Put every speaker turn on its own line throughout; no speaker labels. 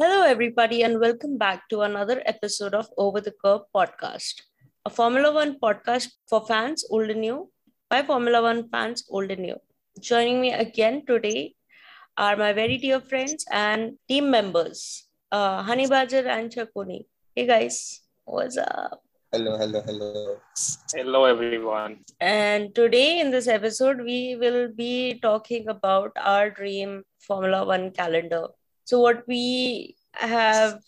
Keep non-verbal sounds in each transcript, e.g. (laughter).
everybody, and welcome back to another episode of Over the Curve podcast, a Formula One podcast for fans old and new, by Formula One fans old and new. Joining me again today are my very dear friends and team members, uh, Honey Badger and Chakuni. Hey guys, what's up?
Hello, hello, hello.
Hello, everyone.
And today in this episode, we will be talking about our dream Formula One calendar. So, what we have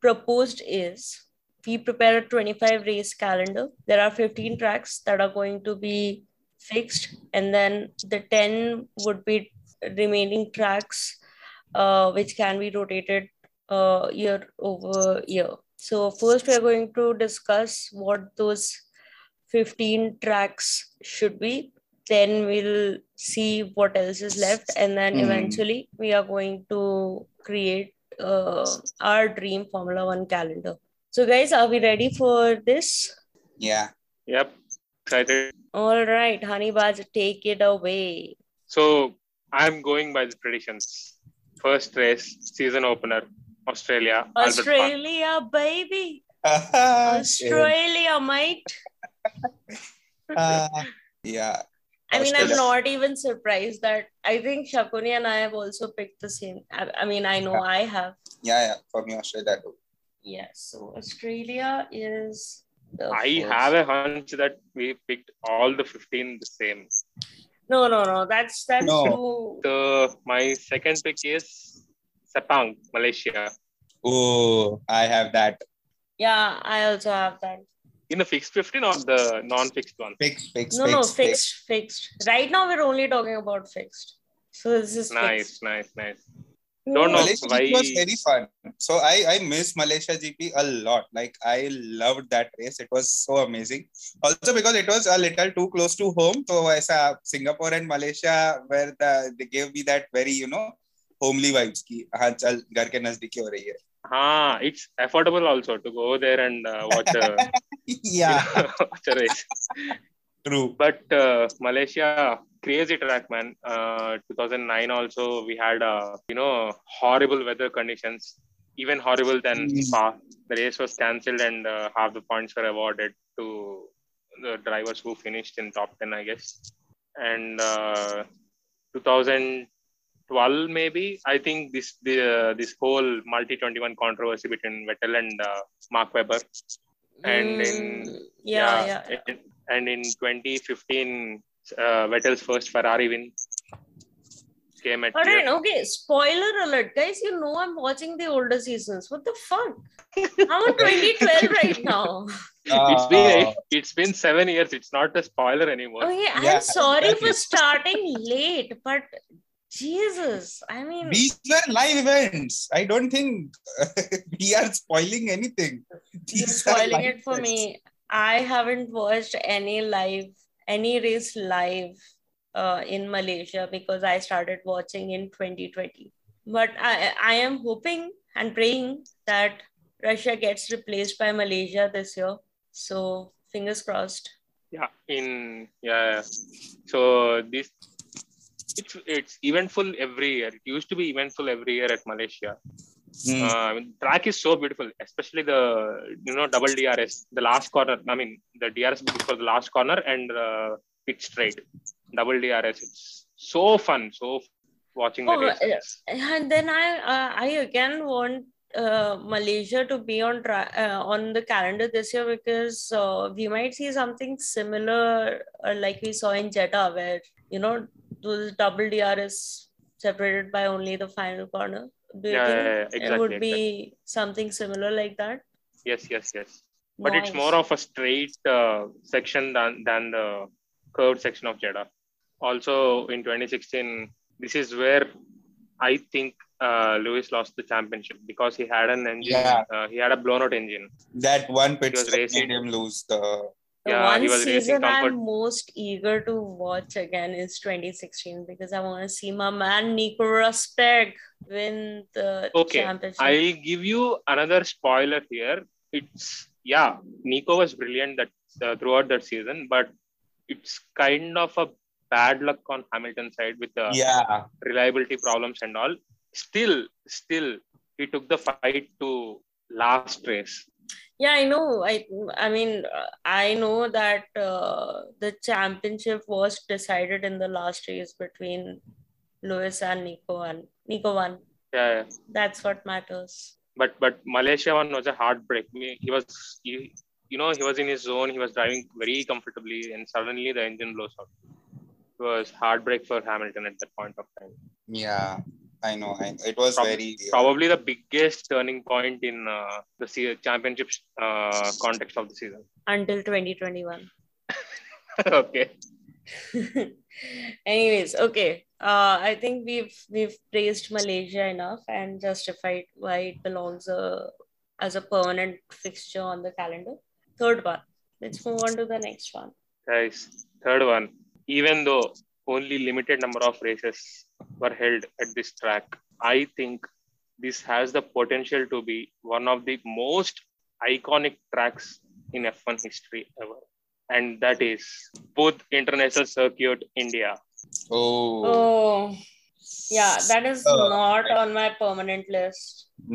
proposed is we prepare a 25 race calendar. There are 15 tracks that are going to be fixed, and then the 10 would be remaining tracks uh, which can be rotated uh, year over year. So, first, we are going to discuss what those 15 tracks should be then we'll see what else is left and then mm. eventually we are going to create uh, our dream formula 1 calendar so guys are we ready for this
yeah (laughs)
yep excited
all right honeybaz take it away
so i'm going by the predictions first race season opener australia
australia baby uh-huh. australia mate
uh, yeah
I mean, I'm not even surprised that I think Shakuni and I have also picked the same. I, I mean, I know
Yeah.
I have.
Yeah, yeah. For me, Australia too.
Yes. So Australia is. The
i
first.
have a hunch that we picked all the 15 the same
No, no, no. That's that's
No.
too.
so my second pick is sepang malaysia
Oh, I have that.
Yeah, I also have that.
in the fixed 15 or the non-fixed one
Fix, fix,
No,
fix.
no, fixed, fixed. Right now, we're only talking about fixed. So this is
nice
Fixed.
nice nice don't know.
Malaysia
Why-
GP was very fun. So I, I miss Malaysia GP a lot. Like I loved that race. It was so amazing. Also because it was a little too close to home. So ऐसा Singapore and Malaysia where the, they gave me that very you know homely vibes की हाँ चल घर के नजदीकी हो रही है.
ah it's affordable also to go there and uh, watch a,
(laughs) yeah,
(laughs) watch a race
true.
but uh, Malaysia crazy track man uh, 2009 also we had uh, you know horrible weather conditions even horrible than
Mm.
Spa. the race was cancelled and uh, half the points were awarded to the drivers who finished in top 10 I guess and uh, 2012 maybe I think this the, uh, this whole multi 21 controversy between Vettel and uh, Mark Webber And in-
Mm, yeah, yeah.
and- And in 2015, uh, Vettel's first Ferrari win came at
All
the
right, okay. Spoiler alert, guys. You know I'm watching the older seasons. What the fuck? I'm on 2012 right now.
It's been
Uh,
eight, it's been seven years. It's not a spoiler anymore.
Okay,
Yeah,
I'm sorry
exactly.
for starting late, but Jesus, I mean,
These were live events. I don't think (laughs) we are spoiling anything.
you're
These are
spoiling
live
it for
events.
me. I haven't watched any live, any race live uh, in Malaysia because I started watching in 2020. But I, I am hoping and praying that Russia gets replaced by Malaysia this year. So fingers crossed.
Yeah, in yeah. So this it's it's eventful every year. It used to be eventful every year at Malaysia.
Hmm.
Uh, I mean, track is so beautiful, especially the you know double DRS, the last corner. I mean, the DRS before the last corner and uh, pit straight, double DRS. It's so fun. So watching the
Oh,
race.
and then I uh, I again want uh, Malaysia to be on tra- uh, on the calendar this year because uh, we might see something similar uh, like we saw in Jeddah where you know those double DRS separated by only the final corner. Do you
Yeah,
think
yeah, yeah,
it
exactly.
would
exactly.
be something similar like that?
Yes, yes, yes. But it's
Nice.
more of a straight uh, section than than the curved section of Jeddah. Also, in 2016, this is where I think uh, Lewis lost the championship because he had an engine.
Yeah.
Uh, he had a blown out engine.
that one pit
He was
stop
racing.
made him lose the
The
Yeah,
one
he was racing
season
comfort.
I'm most eager to watch again is 2016 because I want to see my man Nico Rosberg win the
Okay,
championship.
I'll give you another spoiler here. It's yeah, Nico was brilliant that uh, throughout that season, but it's kind of a bad luck on Hamilton's side with the
yeah
reliability problems and all still still he took the fight to last race.
Yeah, I know. I I mean, uh, I know that uh, the championship was decided in the last race between Lewis and Nico and Nico won.
Yeah, yeah.
That's what matters.
but but Malaysia one was a heartbreak. Me- He was he, you know he was in his zone. He was driving very comfortably, and suddenly the engine blows out. It was heartbreak for Hamilton at that point of time.
Yeah, I know. I, it was
Prob-
very
Probably the biggest turning point in uh, the se- championship uh, context of the season. (laughs)
Until 2021.
okay.
(laughs) Anyways, okay. Uh, I think we've we've praised Malaysia enough and justified why it belongs uh, as a permanent fixture on the calendar. Third one. Let's move on to the next one.
Guys, third one. Even though only limited number of races were held at this track, I think this has the potential to be one of the most iconic tracks in F1 history ever. And that is both International Circuit India.
oh,
Oh, yeah, that is
Uh,
not on my permanent list.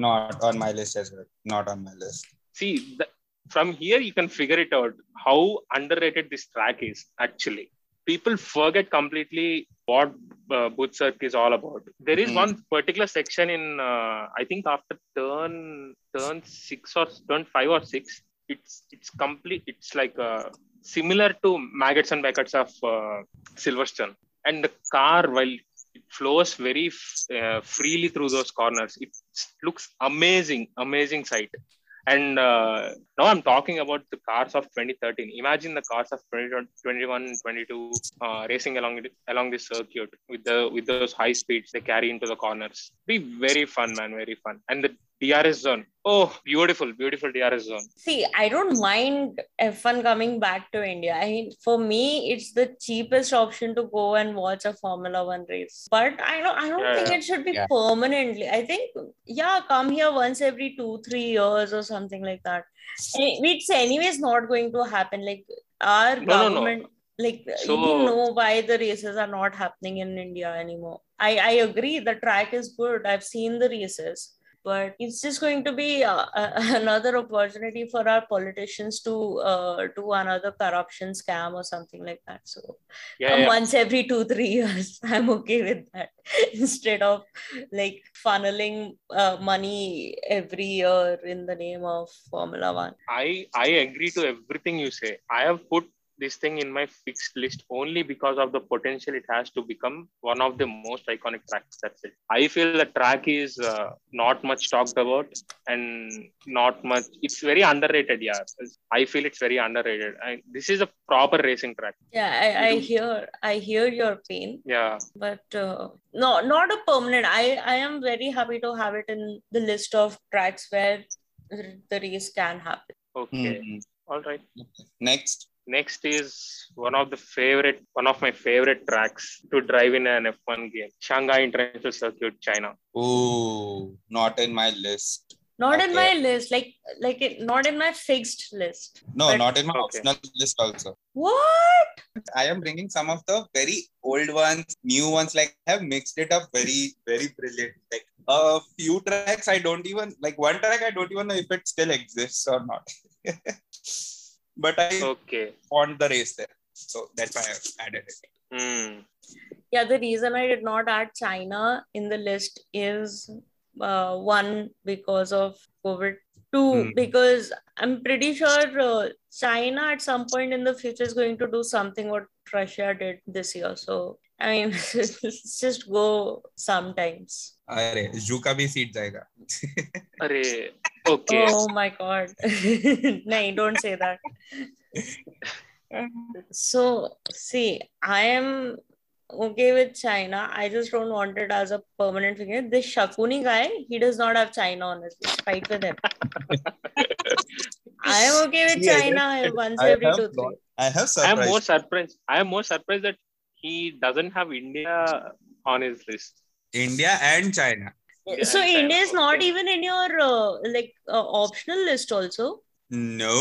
not on my list as well. Not on my list.
See, the, from here you can figure it out how underrated this track is actually. People forget completely what uh, boot circ is all about. There is
Mm.
one particular section in uh, I think after turn turn six or turn five or six. It's it's complete. It's like uh, similar to maggots and maggots of uh, Silverstone. And the car while it flows very f- uh, freely through those corners. It looks amazing, amazing sight. And uh, now I'm talking about the cars of 2013. Imagine the cars of 20, 21, 22 uh, racing along it- along this circuit with the with those high speeds they carry into the corners. Be very fun, man, very fun. And the DRS zone. Oh, beautiful, beautiful DRS zone.
See, I don't mind F1 coming back to India. I mean, for me, it's the cheapest option to go and watch a Formula One race. But I don't, I don't
Yeah,
think
yeah.
it should be
Yeah.
permanently. I think, yeah, come here once every two, three years or something like that. And It's anyways not going to happen. Like our
No, no, no.
government, like
So-
you don't know why the races are not happening in India anymore. I I agree the track is good. I've seen the races, but it's just going to be uh, uh, (laughs) another opportunity for our politicians to uh, do another corruption scam or something like that. So
Yeah,
um,
yeah.
once every two three (laughs) years i'm okay with that (laughs) instead of like funneling uh, money every year in the name of formula one
I I agree to everything you say. I have put this thing in my fixed list only because of the potential it has to become one of the most iconic tracks. That's it. I feel the track is uh, not much talked about and not much. It's very underrated. Yeah, I feel it's very underrated. I, this is a proper racing track.
yeah i, I
Mhm.
hear i hear your pain
Yeah,
but uh, no not a permanent i i am very happy to have it in the list of tracks where the race can happen
okay,
Mhm.
all right.
Next.
Next is one of the favorite, one of my favorite tracks to drive in an F1 game, Shanghai International Circuit, China.
Oh, not in my list.
not in
Okay.
my list like like it, not in my fixed list
No,
But-
not in my
Okay.
optional list also.
what
I am bringing some of the very old ones, new ones. Like I have mixed it up very, very brilliant. Like a few tracks, I don't even like one track. I don't even know if it still exists or not. (laughs) but I
Okay.
want the race there, so that's why I added it.
Hmm.
yeah the reason i did not add china in the list is uh, one because of covid two
Hmm.
because i'm pretty sure uh, china at some point in the future is going to do something what russia did this year so i mean (laughs) let's just go sometimes
अरे जू का भी seat जाएगा
Array. Okay.
oh my god no don't say that so see i am okay with china i just don't want it as a permanent figure this shakuni guy he does not have china on his list fight with him i am okay with
Yeah,
china
that's-
once
I
every
have
two three
not- I have
I am
surprised.
more surprised. I am more surprised that he doesn't have India on his list.
India and China.
Yeah,
so
and China,
india is not
okay.
even in your uh, like uh, optional list also
No.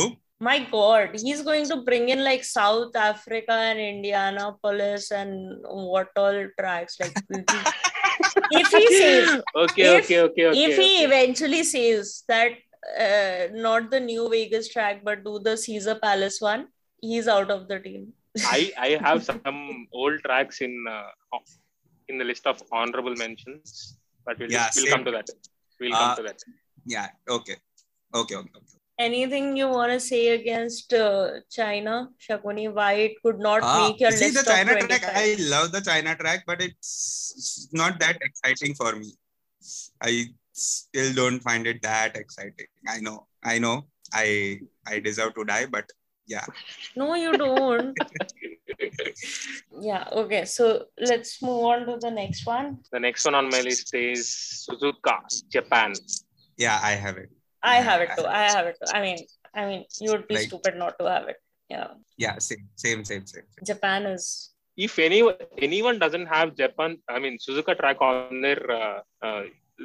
my god he's going to bring in like south
(laughs)
africa and indianapolis and what all tracks like if he saves,
okay,
If-
okay, okay, okay.
if he
okay.
eventually saves that uh, not the New Vegas track, but do the Caesar Palace one, he's out of the team.
I, I have some old tracks in uh, in the list of honorable mentions, but we'll,
Yeah,
we'll
same.
come to that. We'll come
Uh,
to that.
Yeah. Okay. Okay. Okay. okay.
Anything you want to say against uh, China, Shakuni? Why it could not
Ah,
make your
see
list
the China
of
track.
25?
I love the China track, but it's it's not that exciting for me. I still don't find it that exciting. I know. I know. I I deserve to die, but
No, you
(laughs)
don't. yeah. Okay. So let's move on to the next one.
The next one on my list is Suzuka, Japan.
yeah, I have it.
I
Yeah,
have it too.
I-
I have it too. I mean, I mean, you would be
Like-
stupid not to have it. Yeah.
Yeah. Same. Same. Same. Same. same.
Japan is
If anyone anyone doesn't have Japan, I mean Suzuka track on their uh, uh,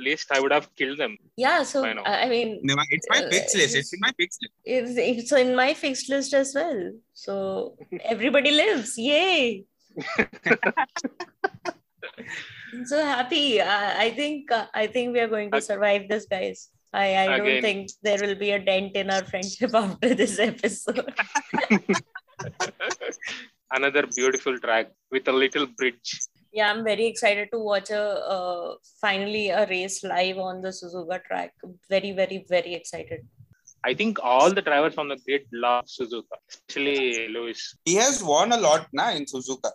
list, I would have killed them.
yeah. So
I know.
I I mean,
No, it's my picks list. It's in my picks list.
it's it's in my fixed list as well.
(laughs)
So everybody lives. Yay! I'm so happy. I, I think uh, I think we are going to
Ag-
survive this, guys. I, I don't
Again.
think there will be a dent in our friendship (laughs) after this episode.
Another beautiful track with a little bridge.
yeah, I'm very excited to watch a uh, finally a race live on the Suzuka track. Very very very excited.
I think all the drivers on the grid love Suzuka, especially Lewis.
He has won a lot, na, in Suzuka.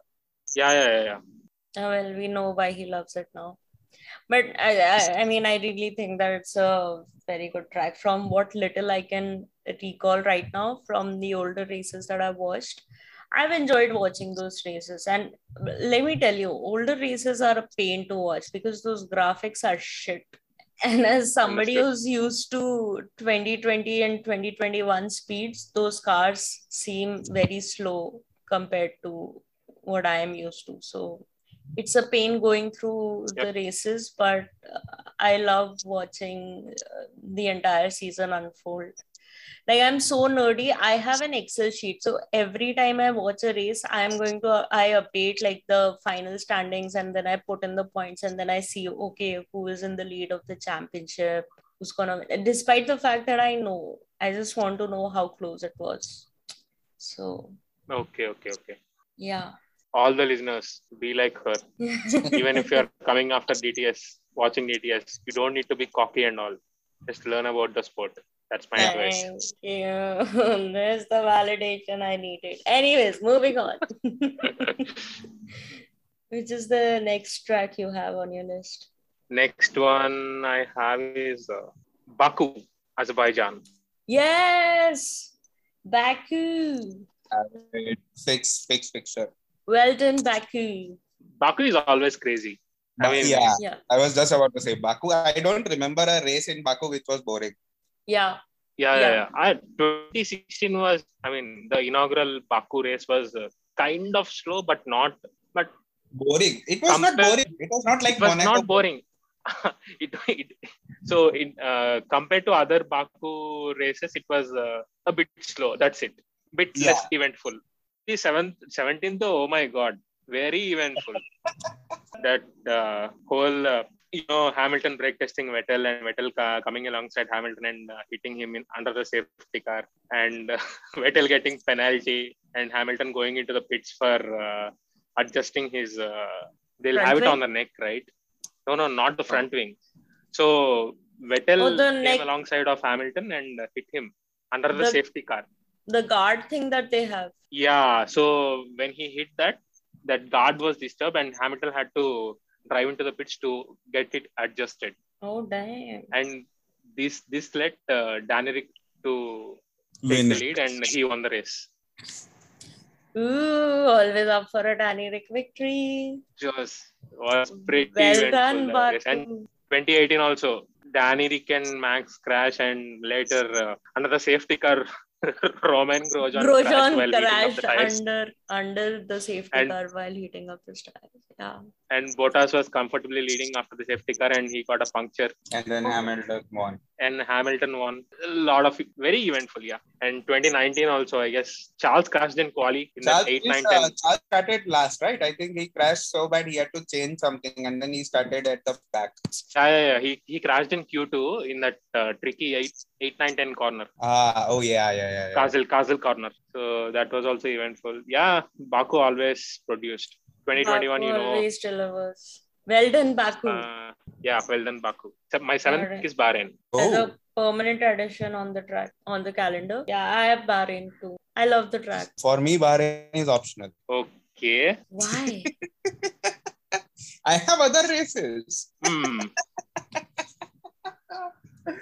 Yeah, yeah, yeah, yeah.
Uh, well, we know why he loves it now. But I, I, I mean, I really think that it's a very good track. From what little I can recall right now from the older races that I've watched, I've enjoyed watching those races. And let me tell you, older races are a pain to watch because those graphics are shit. (laughs) And as somebody who's
Understood.
used to 2020 and 2021 speeds, those cars seem very slow compared to what I am used to. So it's a pain going through the races, but uh, I love watching uh, the entire season unfold. Like I'm so nerdy, I have an Excel sheet. So every time I watch a race, I'm going to I update like the final standings and then I put in the points and then I see okay who is in the lead of the championship, who's gonna win. Despite the fact that I know, I just want to know how close it was. So
Okay, okay, okay.
yeah.
All the listeners, be like her. Even if you're coming after DTS, watching DTS, you don't need to be cocky and all. Just learn about the sport. That's my advice.
Thank you. (laughs) There's the validation I needed. Anyways, moving on. (laughs) Which is the next track you have on your list?
Next one I have is uh, Baku, Azerbaijan.
Yes, Baku.
Fix. Fix. Picture.
Well done, Baku.
Baku is always crazy. I mean,
yeah.
Yeah,
I was just about to say Baku. I don't remember a race in Baku which was boring.
yeah,
Yeah,
Yeah.
yeah, yeah. I, 2016 was, I mean, the inaugural Baku race was uh, kind of slow, but not.
Boring. It was not
Compared-
boring. It was not like
it was
Monaco.
not boring. (laughs) it, it, so, in, uh, compared to other Baku races, it was uh, a bit slow. That's it. Bit
Yeah.
less eventful. The seventh, 17th, though, oh my God,
(laughs)
very eventful. that uh, whole, uh, you know, Hamilton brake testing Vettel and Vettel ca- coming alongside Hamilton and uh, hitting him in under the safety car, and uh, (laughs) Vettel getting penalty, and Hamilton going into the pits for uh, adjusting his. Uh, they'll
Front
have it
wing?
on the neck, right? No, no, not the front wing. So Vettel
Oh, the
came
neck.
alongside of Hamilton and uh, hit him under the
The-
safety car.
the guard thing that they have.
Yeah, so when he hit that, that guard was disturbed, and Hamilton had to drive into the pits to get it adjusted.
Oh, damn.
And this this led uh, Danerick to take
Win.
the lead, and he won the race.
Ooh, always up for a Danny Rick victory.
Just was pretty
Well
eventful,
done,
the race. And
Baku.
2018 also, Danerick and Max crash, and later uh, another safety car, (laughs) Roman Grosjean, crashed
Grosjean
while heating up the
crashed
tires.
under under the safety
And-
car while heating up the tires. Yeah.
and Bottas was comfortably leading after the safety car, and he got a puncture.
And then Hamilton won.
and Hamilton won. A lot of very eventful, yeah. And 2019 also, I guess Charles crashed in quali in
Charles,
that eight,
is,
nine,
uh,
ten.
Charles started last, right? I think he crashed so bad he had to change something and then he started at the back.
Yeah, yeah, yeah. He he crashed in Q2 in that uh, tricky eight, eight, nine, ten corner.
Ah, oh yeah, yeah, yeah. yeah.
Castle Castle corner. So that was also eventful. Yeah, Baku always produced. 2021, you
Baku
know.
always delivers. Well done, Baku.
Uh, yeah, well done, Baku. So my seventh
Alright.
pick is Bahrain.
As
Oh,
a permanent addition on the track on the calendar. Yeah, I have Bahrain too. I love the track.
for me, Bahrain is optional. (laughs)
Okay.
Why?
I have other races.
Hmm.
(laughs)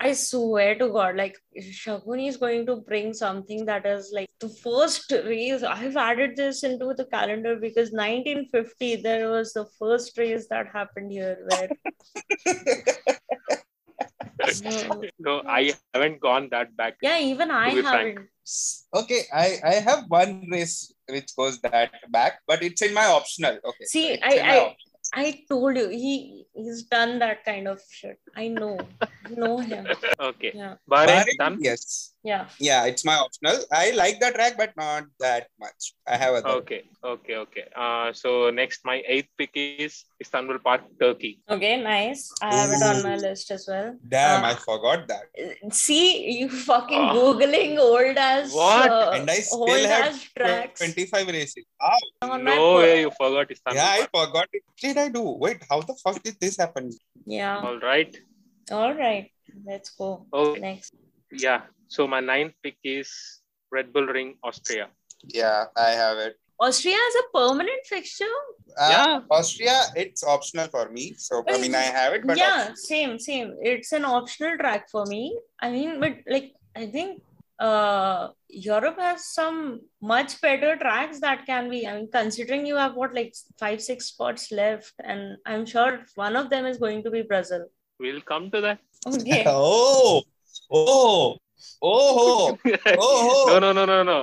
I swear to God, like Shakuni is going to bring something that is like the first race. I've added this into the calendar because 1950 there was the first race that happened here where No.
no, I haven't gone that back.
yeah, even I
To be frank.
haven't.
okay, I I have one race which goes that back, but it's in my optional. Okay.
See,
It's
I-
in my
I-
optional.
I told you he he's done that kind of shit. I know, I know him.
Okay.
Yeah,
Bahrain,
Bahrain,
done.
yes.
yeah.
Yeah, it's my optional. I like the track, but not that much. I have other.
Okay, okay, okay. Uh, so next, my eighth pick is Istanbul Park, Turkey.
Okay, nice. I have it on
Mm.
my
Ooh.
list as well.
Damn,
Uh,
I forgot that.
See, you fucking
Ah.
googling old as
What?
uh,
And I still
old
have
as tracks.
25 races. Wow.
on my
No
phone.
way, you forgot Istanbul.
Yeah, I
Park.
forgot it. What did I do? Wait, how the fuck did this happen?
Yeah.
All right.
All right. Let's go
Okay.
next.
Yeah. So my ninth pick is Red Bull Ring, Austria.
Yeah, I have it.
Austria is a permanent fixture.
Uh,
yeah.
Austria, it's optional for me. So, I mean, I have it, but
yeah, same, same. It's an optional track for me. I mean, but like I think uh Europe has some much better tracks that can be. I mean, considering you have what like five, six spots left, and I'm sure one of them is going to be Brazil.
We'll come to that.
Okay.
(laughs)
(laughs)
Oh, oh, oh, oh. oh.
no, no, no, no, no.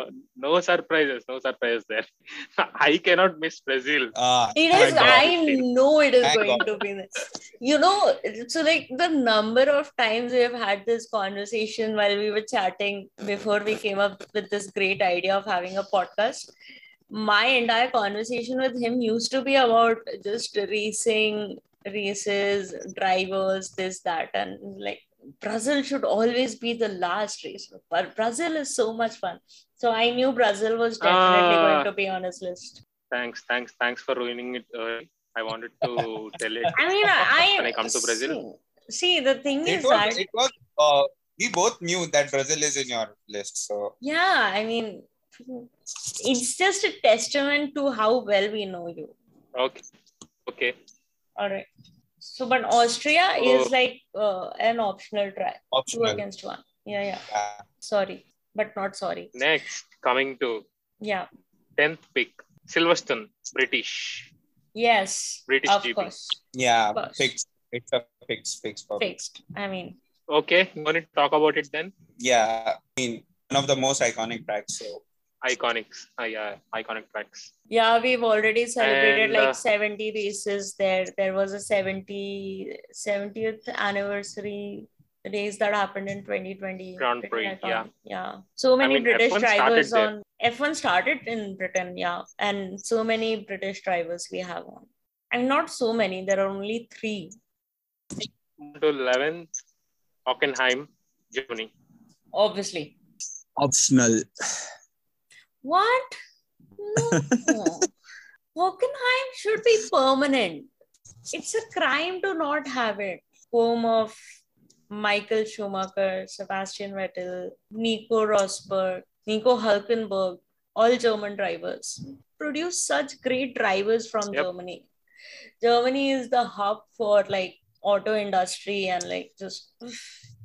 No surprises. No surprises there. (laughs) I cannot miss Brazil.
Ah,
It
Thank
is.
God.
I know it is
Thank
going to be. there. You know, so like the number of times we have had this conversation while we were chatting before we came up with this great idea of having a podcast. My entire conversation with him used to be about just racing, races, drivers, this, that, and like Brazil should always be the last race. But Brazil is so much fun. So I knew Brazil was definitely
Ah.
going to be on his list.
Thanks, thanks, thanks for ruining it. early. I wanted
(laughs)
to tell it.
I mean, I
When I come to Brazil.
See, see, the thing
it
is
was,
that
it was uh, we both knew that Brazil is in your list. So,
yeah, I mean, it's just a testament to how well we know you.
Okay. Okay.
All right. So, but Austria
Oh.
is like uh, an optional track, two
optional. Uh,
against one. Yeah, yeah.
Yeah.
Sorry, but not sorry.
Next, coming to
Yeah.
10th pick, Silverstone, British.
Yes.
British
of
GP.
course.
yeah,
Of course.
fix. It's a fix, fix for me.
Fixed. I mean,
Okay, you want to talk about it then?
Yeah, I mean, one of the most iconic tracks. So,
Iconics. Ah, yeah, iconic tracks.
yeah, we've already celebrated
And,
like
uh,
70 races there. There was a 70 70th anniversary race that happened in 2020.
Grand
Pretty
Prix,
iconic.
yeah.
Yeah. So many
mean,
British
F1
drivers
started
on F1 started in Britain, yeah. And so many British drivers we have on. And not so many, there are only three.
to 11th, Hockenheim, Germany.
Obviously.
optional.
What? No. Hockenheim should be permanent. It's a crime to not have it. Home of Michael Schumacher, Sebastian Vettel, Nico Rosberg, Nico Hulkenberg, all German drivers. Produce such great drivers from
Yep.
Germany. Germany is the hub for like auto industry and like just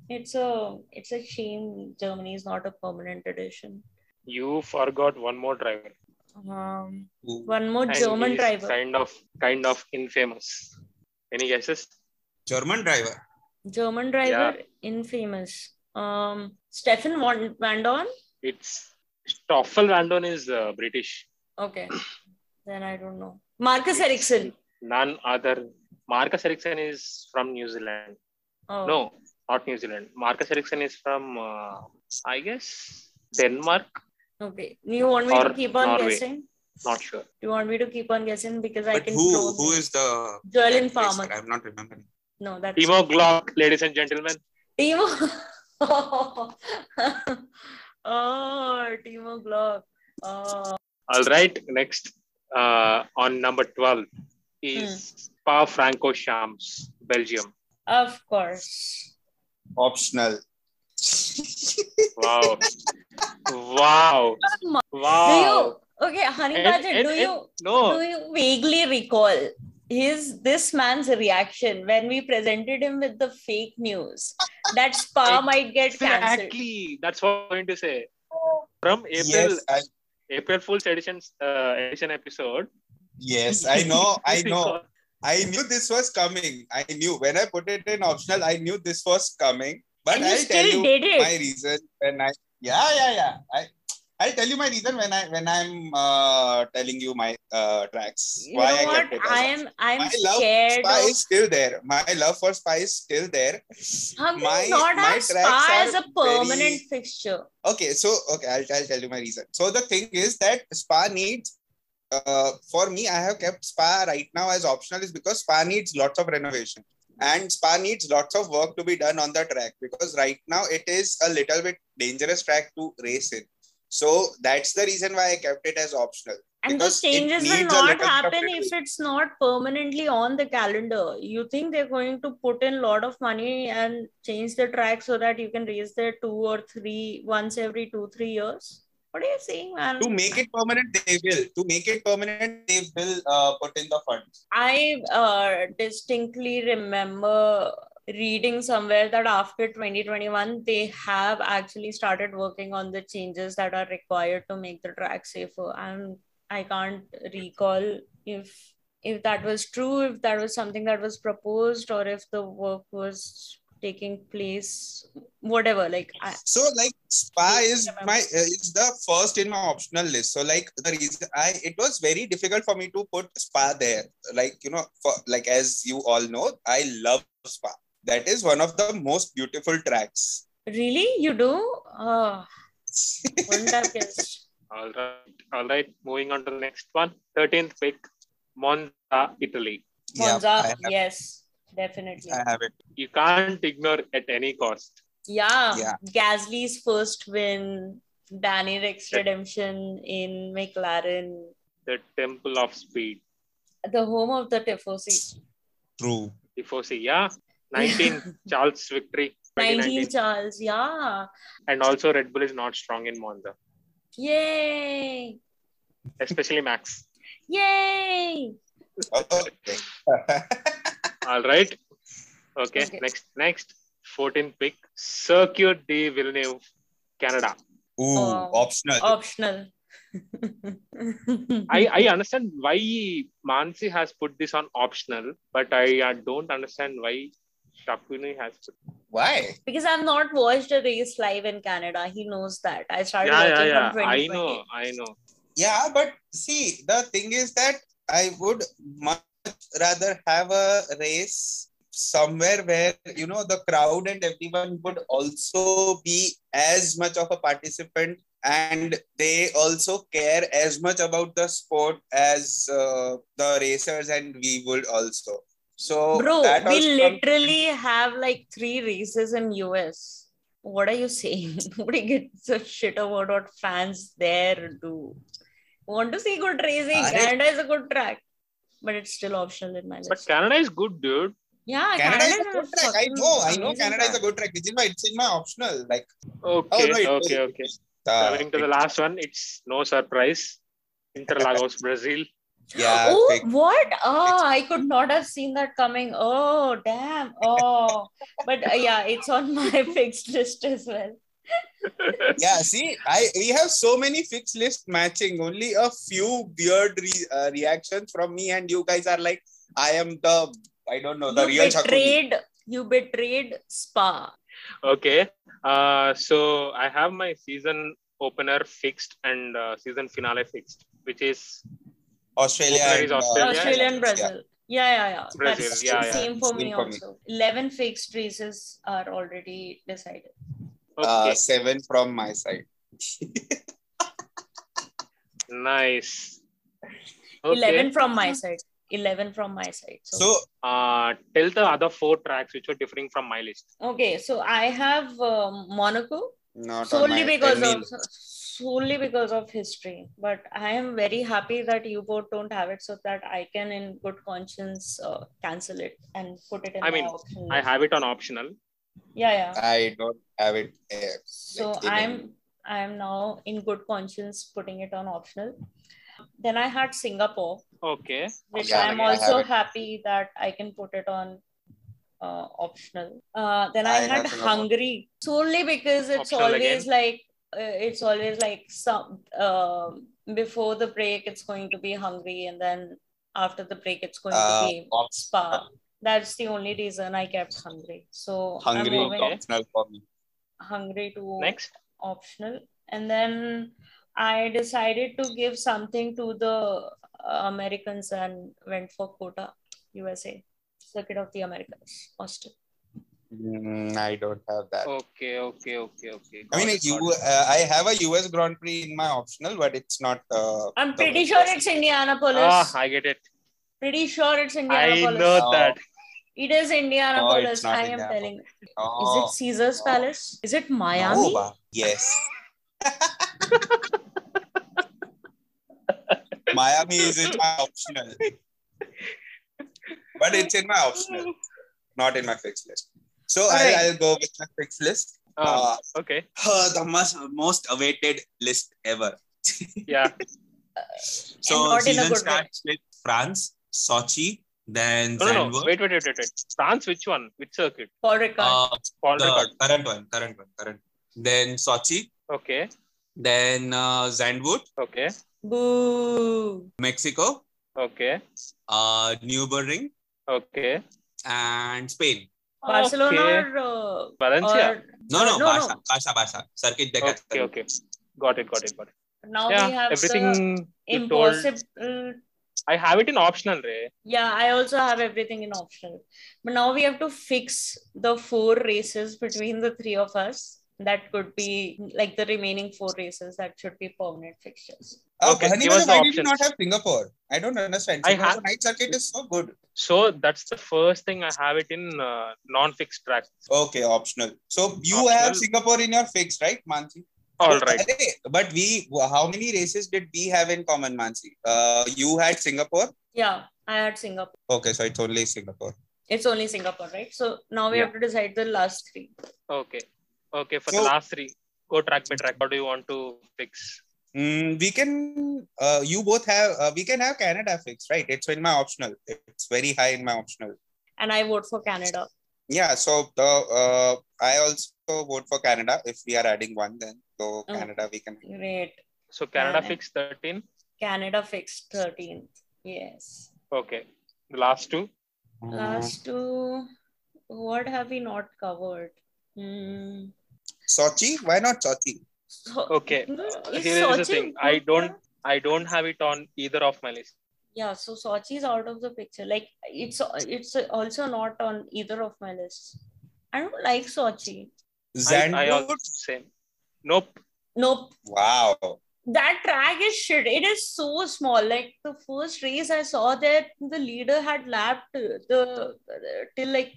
it's a it's a shame Germany is not a permanent edition.
You forgot one more driver.
Um,
Ooh.
one more
And
German
he's
driver.
Kind of, kind of infamous. Any guesses?
German driver.
German driver, infamous. Um, Stefan Van, Van Dorn.
It's Stoffel Vandon is uh, British.
Okay, then I don't know. Marcus Ericsson.
None other. Marcus Ericsson is from New Zealand.
Oh,
No, not New Zealand. Marcus Ericsson is from, uh, I guess, Denmark.
Okay. You want me
Or
to keep on
Norway.
guessing?
Not sure.
You want me to keep on guessing because I
But
can.
who
throw-
who is the
Jolin
that
Farmer.
racer? I'm not remembering.
No, that's
Timo Glock, ladies and gentlemen.
Timo. (laughs) oh, Timo Glock. Oh,
All right. Next, uh, on number 12
Hmm.
is Pa Franco Shams, Belgium.
of course.
Optional.
Wow. wow.
Do
Wow.
you okay, honey
And-
budget?
and-
Do
and-
you do
No.
you vaguely recall his this man's reaction when we presented him with the fake news that spa might get cancelled?
Exactly. That's what I'm going to say. From April,
Yes, I,
April Fool's edition, uh, edition episode.
yes, I know,
(laughs)
I know. I knew this was coming. I knew when I put it in optional, I knew this was coming. But
And you
I'll tell
still
you
did it.
my reason when I yeah yeah yeah I I'll tell you my reason when I when I'm uh, telling you my uh, tracks
you
why
know
I
what?
kept it. as
I
optional.
am I'm
My love
scared
Spy
of
is still there. My love for Spy is still there.
how can
My-
you not
my
have spa
tracks are
as a permanent fixture?
Okay, so okay, I'll, I'll tell you my reason. So the thing is that Spa needs. Uh, for me, I have kept Spa right now as optional is because Spa needs lots of renovation and Spa needs lots of work to be done on the track because right now it is a little bit dangerous track to race in. So that's the reason why I kept it as optional.
And
Because
those
it
changes will
needs a
not
little
happen if
preparation.
it's not permanently on the calendar. You think they're going to put in a lot of money and change the track so that you can raise there two or three once every two, three years? What are you saying, man?
To make it permanent, they will. To make it permanent, they will uh, put in the funds.
I uh, distinctly remember reading somewhere that after 2021, they have actually started working on the changes that are required to make the track safer. And I can't recall if if that was true, if that was something that was proposed, or if the work was taking place, whatever. Like, I,
So like spa
Yes,
is
ma'am.
my uh, is the first in my optional list. So like the reason I it was very difficult for me to put spa there. Like you know, for like as you all know, I love spa. That is one of the most beautiful tracks.
really, you do? Oh,
(laughs)
wouldn't have guessed.
All right. All right. Moving on to the next one. 13th pick, Monza, Italy.
yeah,
Monza,
I have,
yes, definitely.
I have it.
You can't ignore at any cost.
Yeah.
Yeah.
Gasly's first win, Danny Rick's redemption in McLaren,
The Temple of Speed.
the home of the Tifosi.
True.
Before see, yeah. 19, Charles victory.
19
2019.
Charles, yeah.
And also, Red Bull is not strong in Monza,
Yay!
especially Max.
Yay!
Oh, Okay.
All right. Okay.
Okay.
Next, next. 14th pick, Circuit de Villeneuve, Canada.
Ooh,
Oh.
optional.
Optional.
I, I understand why Mansi has put this on optional, but I uh, don't understand why Shakuni has put
Why?
(laughs) because I've not watched a race live in Canada. He knows that. I started
yeah, yeah,
watching
yeah.
from
I
2020.
know, I know.
Yeah, but see, the thing is that I would much rather have a race somewhere where you know the crowd and everyone would also be as much of a participant and they also care as much about the sport as uh, the racers and we would also so
Bro,
that
we
also comes-
literally have like three races in US. What are you saying? (laughs) Nobody gives a shit about what fans there do. Want to see good racing?
Are-
Canada is a good track, but it's still optional in my
But
list.
Canada is good, dude.
yeah,
Canada is a good track. I
fucking
know, I know
amazing
Canada is a
track.
good track, which is why it's in my optional. Like,
Okay,
Oh, no, it-
okay, okay.
uh,
Coming to the last one, it's no surprise.
(laughs)
Interlagos, Brazil.
yeah,
oh,
quick.
what? Oh, I could not have seen that coming. Oh, damn. Oh, but uh, yeah, it's on my (laughs) fixed list as well.
yeah see i we have so many fixed list matching only a few weird re- uh, reactions from me and you guys are like i am the i don't know the
you
real Shakuni.
betrayed. You betrayed Spa.
Okay. Uh, so I have my season opener fixed and uh, season finale fixed, which is
australia
Where
and,
is
uh,
Australia?
Australia and
yeah.
Brazil. Yeah, yeah, yeah.
Brazil,
That's
yeah,
the
yeah.
same for
Same
me
for me.
also. 11 fixed races are already decided.
Uh,
Okay,
seven from my side.
nice.
11
Okay,
from my side. 11 from my side. So,
So
uh, tell the other four tracks which were differing from my list.
okay, so I have um Monaco
not on
solely
my-
because
Emil.
of solely because of history. But I am very happy that you both don't have it, so that I can, in good conscience, uh, cancel it and put it in
I
my
mean,
auction
I
list.
have it on optional.
Yeah, yeah.
I don't have it. eh,
so
like, in
i'm i'm now in good conscience putting it on optional then i had singapore
Okay,
which
Yeah,
i'm
I have
also
it.
happy that i can put it on uh, optional uh, then i,
I
had
have Singapore.
hungary solely because it's
Optional
always like uh, it's always like some um before the break it's going to be hungry and then after the break it's going
Uh,
to be
op-
spa that's the only reason i kept hungry so
Hungary
i'm
is
moving
Okay.
optional for me.
hungry to
next.
optional and then i decided to give something to the uh, americans and went for quota usa circuit of the americas austin
Mm, I don't have that.
Okay, okay, okay, Oh, okay.
I mean,
Got it,
you,
got it.
uh, I have a US Grand Prix in my optional, but it's not. Uh,
i'm
the
pretty
most
sure
possible.
it's indianapolis
Ah, I get it.
pretty sure it's
I
indianapolis
know Oh,
Oh. (laughs)
that.
it is
No,
indianapolis
it's not
i am
Indianapolis.
telling is
Oh,
it caesar's
Oh.
palace is it miami
Oh.
Nova.
(laughs)
Yes. Miami is in my optional. But it's in my optional, not in my fixed list. So
Alright.
I'll, I'll go with my fixed list.
Ah,
Uh,
okay,
the most, most awaited list ever.
yeah.
And
So
not in a
season
good way.
starts with France, Sochi, then
No, no, no.
Zandvoort.
Wait, wait, wait, wait, wait. France, which one? Which circuit?
paul ricard
Uh,
Paul Ricard.
the current one, current one, current. one. Then Sochi,
Okay,
then uh, Zandvoort,
okay,
boo
Mexico,
okay,
uh, Nürburgring,
okay.
and Spain.
barcelona
Okay.
or, uh,
Valencia.
or
No, no,
No, no.
Barca, Barca, Barca. Circuit de
Okay, okay. Got it, got it, got it.
now we
Yeah,
have the
everything you told.
impossible
I have it in optional, Ray.
Yeah, I also have everything in optional. But now we have to fix the four races between the three of us. That could be like the remaining four races that should be permanent fixtures.
Oh,
Okay,
Bhani
give us
Madhav,
the
why did you
options.
not have Singapore? I don't understand.
I
Singapore
have-
night circuit is so good.
So that's the first thing I have it in uh, non-fixed track.
Okay, optional. So you
Optional.
have Singapore in your fix, right, Mansi?
All right.
Arey, But we, how many races did we have in common, Mansi? Uh, you had Singapore.
Yeah, I had Singapore.
Okay, so it's only Singapore.
It's only Singapore, right? So now we
Yeah.
have to decide the last three.
Okay. Okay. For
So-
the last three, go track by track. What do you want to fix?
Mm, we can, uh, you both have, uh, we can have Canada fix, right? It's in my optional. It's very high in my optional.
And I vote for Canada.
Yeah, so the uh, I also vote for Canada. If we are adding one, then so
Oh.
Canada we can.
Great.
So Canada
Canada.
fix 13.
Canada fixed 13th. Yes.
Okay. The last two. Mm-hmm.
Last two. What have we not covered? Hmm.
Sochi? Why not Sochi?
So, (laughs)
Okay.
Is
Here is the
Sochi
thing.
good
I don't-
for-
I don't have it on either of my list.
Yeah, so Sochi is out of the picture. Like it's it's also not on either of my lists. I don't like Sochi.
I, I
Zandvoort?
also same. Nope.
Nope.
Wow.
That track is shit. It is so small. Like the first race I saw there, the leader had lapped the till like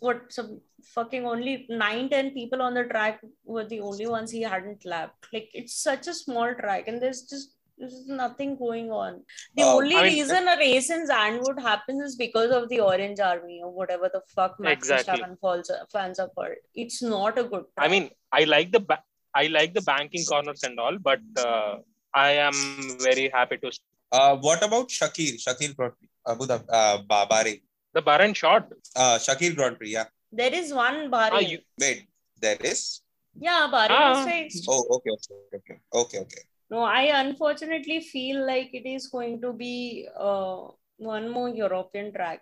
what some fucking only nine ten people on the track were the only ones he hadn't lapped. Like it's such a small track, and there's just there's nothing going on. The
Uh,
only
Oh, I mean-
reason a race in Zandvoort happens is because of the Orange Army or whatever the fuck Max
Exactly.
Verstappen falls, fans are called. It's not a good.
I mean, I like the ba- I like the banking corners and all, but uh, I am very happy to
Uh, what about Shakir? Shakir Grand Prix. Abu Dhabi. Uh, Bahrain.
the Baron shot.
Uh, Shakir Grand Prix. Yeah.
there is one
Ah,
Bahrain.
you,
Wait, there is.
Yeah, Bahrain
Ah.
is fixed.
Oh, okay, okay, okay, okay, okay, okay.
No, I unfortunately feel like it is going to be uh, one more European track.